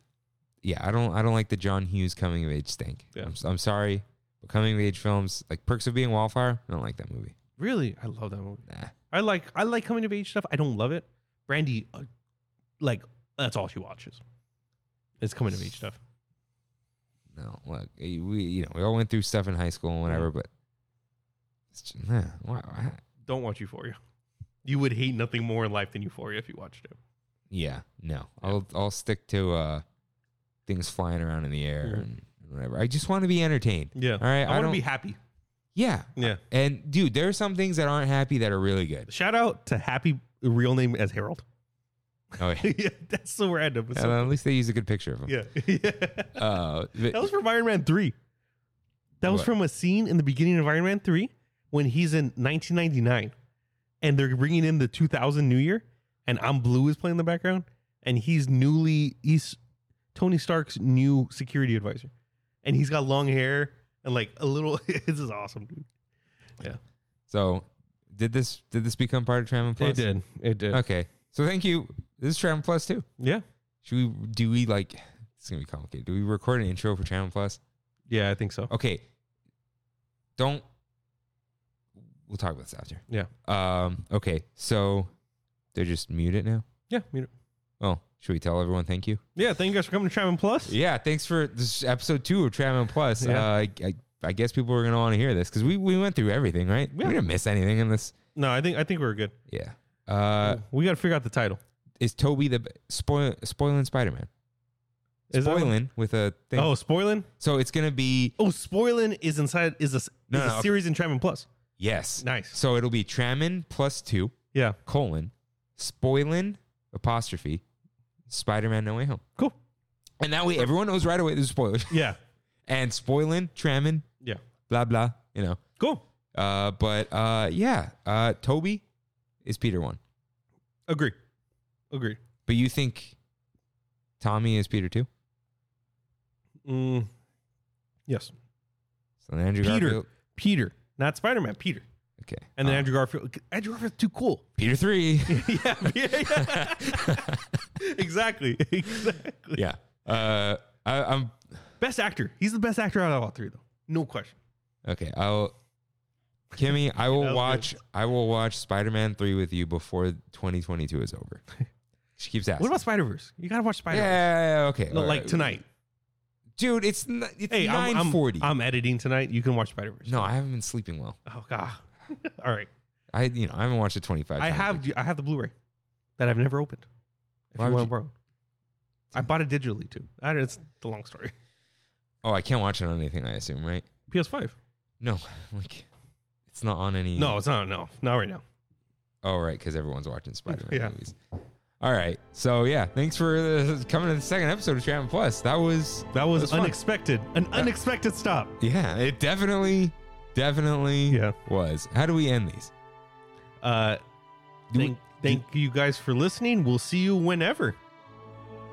yeah, I don't I don't like the John Hughes coming of age stink.
Yeah.
I'm, s- I'm sorry, but coming of age films like Perks of Being Wallflower, I don't like that movie.
really, I love that movie.
Nah.
I like I like coming of age stuff. I don't love it. Brandy, uh, like that's all she watches. It's coming of age stuff.
No, look, eh, we you know we all went through stuff in high school and whatever, but it's just, nah, why, why-
Don't watch Euphoria. You would hate nothing more in life than Euphoria if you watched it.
yeah, no, I'll I'll stick to uh things flying around in the air
Mhm.
and whatever. I just want to be entertained.
Yeah.
All right,
I,
I
want to
don't-
be happy.
Yeah,
Yeah.
And dude, there are some things that aren't happy that are really good.
Shout out to Happy real name as Harold.
Oh yeah.
yeah, that's the random.
Uh, at least they use a good picture of him.
Yeah. yeah.
Uh, but-
That was from Iron Man 3. That was
What?
from a scene in the beginning of Iron Man 3 when he's in 1999 and they're bringing in the 2000 New Year and I'm Blue is playing in the background and he's newly, he's Tony Stark's new security advisor. And he's got long hair and like a little, this is awesome, dude.
so did this did this become part of Tram and Plus?
did. It did.
Okay. So thank you. This is Tram Plus too.
Uh, Yeah.
Should we do we like it's gonna be complicated. Do we record an intro for Tram Plus?
Yeah, I think so.
Okay. Don't we'll talk about this after.
Yeah.
Um okay, so they're just mute it now?
Yeah. you know.
Oh, should we tell everyone thank you?
Yeah. Thank you guys for coming to Tram and Plus.
Yeah, thanks for this is episode two of Tramon Plus.
Yeah.
Uh, I, I, I guess people are gonna want to hear this because we, we went through everything, right?
Yeah.
We didn't miss anything in this.
No, I think, I think we're good.
Yeah. Uh,
we got to figure out the title.
is Toby the spoil spoiling Spider Man?
Is that what-
Spoiling with a thing.
Oh, spoiling?
so it's gonna be
Oh, spoiling is inside is a, is
No,
a
no, okay.
series in Tramon Plus.
yes.
Nice.
So it'll be Tramon plus two
Yeah.
colon spoiling apostrophe Spider Man No Way Home,
Cool.
and that way everyone knows right away there's spoilers
Yeah.
and spoiling Tramon
Yeah.
blah blah you know.
Cool.
Uh, but uh, yeah, uh, Toby is Peter one,
Agree. Agree.
but you think Tommy is Peter two?
Mm. Yes.
So then Andrew
Peter.
Garfield,
Peter. Not Spider Man. Peter.
okay,
And then
Uh,
Andrew Garfield. Andrew Garfield's too cool.
Peter three,
yeah. yeah. exactly. Exactly.
yeah. Uh, I, I'm
Best actor. He's the best actor out of all three, though. No question.
okay. I'll Kimmy. I
That was
will
good.
watch. I will watch Spider Man three with you before 2022 is over. She keeps asking.
What about Spider Verse? You gotta watch Spider Verse.
Yeah, okay. all
Like
right.
tonight.
dude. It's n- it's
Hey, I'm,
nine
I'm,
forty.
I'm editing tonight. You can watch Spider Verse.
No, I haven't been sleeping well.
Oh god. all right.
I you know I haven't watched it 25.
I
times.
have I have the Blu-ray that I've never opened. If
Why
you
would
want to
you-
borrow, I bought it digitally too. I, don't- it's the long story.
Oh, I can't watch it on anything. I assume, right?
PS5.
No, like it's not on any.
No, it's not. No, not right now.
Oh, right, because everyone's watching Spider-Man
Yeah.
movies. All right, so yeah, thanks for the, coming to the second episode of Tram Plus. That was
That was,
That's fine.
unexpected. An unexpected stop.
yeah, it definitely, definitely
Yeah.
was. How do we end these?
Uh,
Do
thank thank you guys for listening. We'll see you whenever.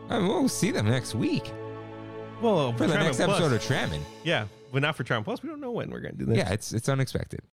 we, I mean, Oh, we'll see them next week
Well,
for the
Tram
next
Plus.
episode of Trammon.
yeah, but not for Tram Plus. We don't know when we're gonna do that.
Yeah, it's it's unexpected.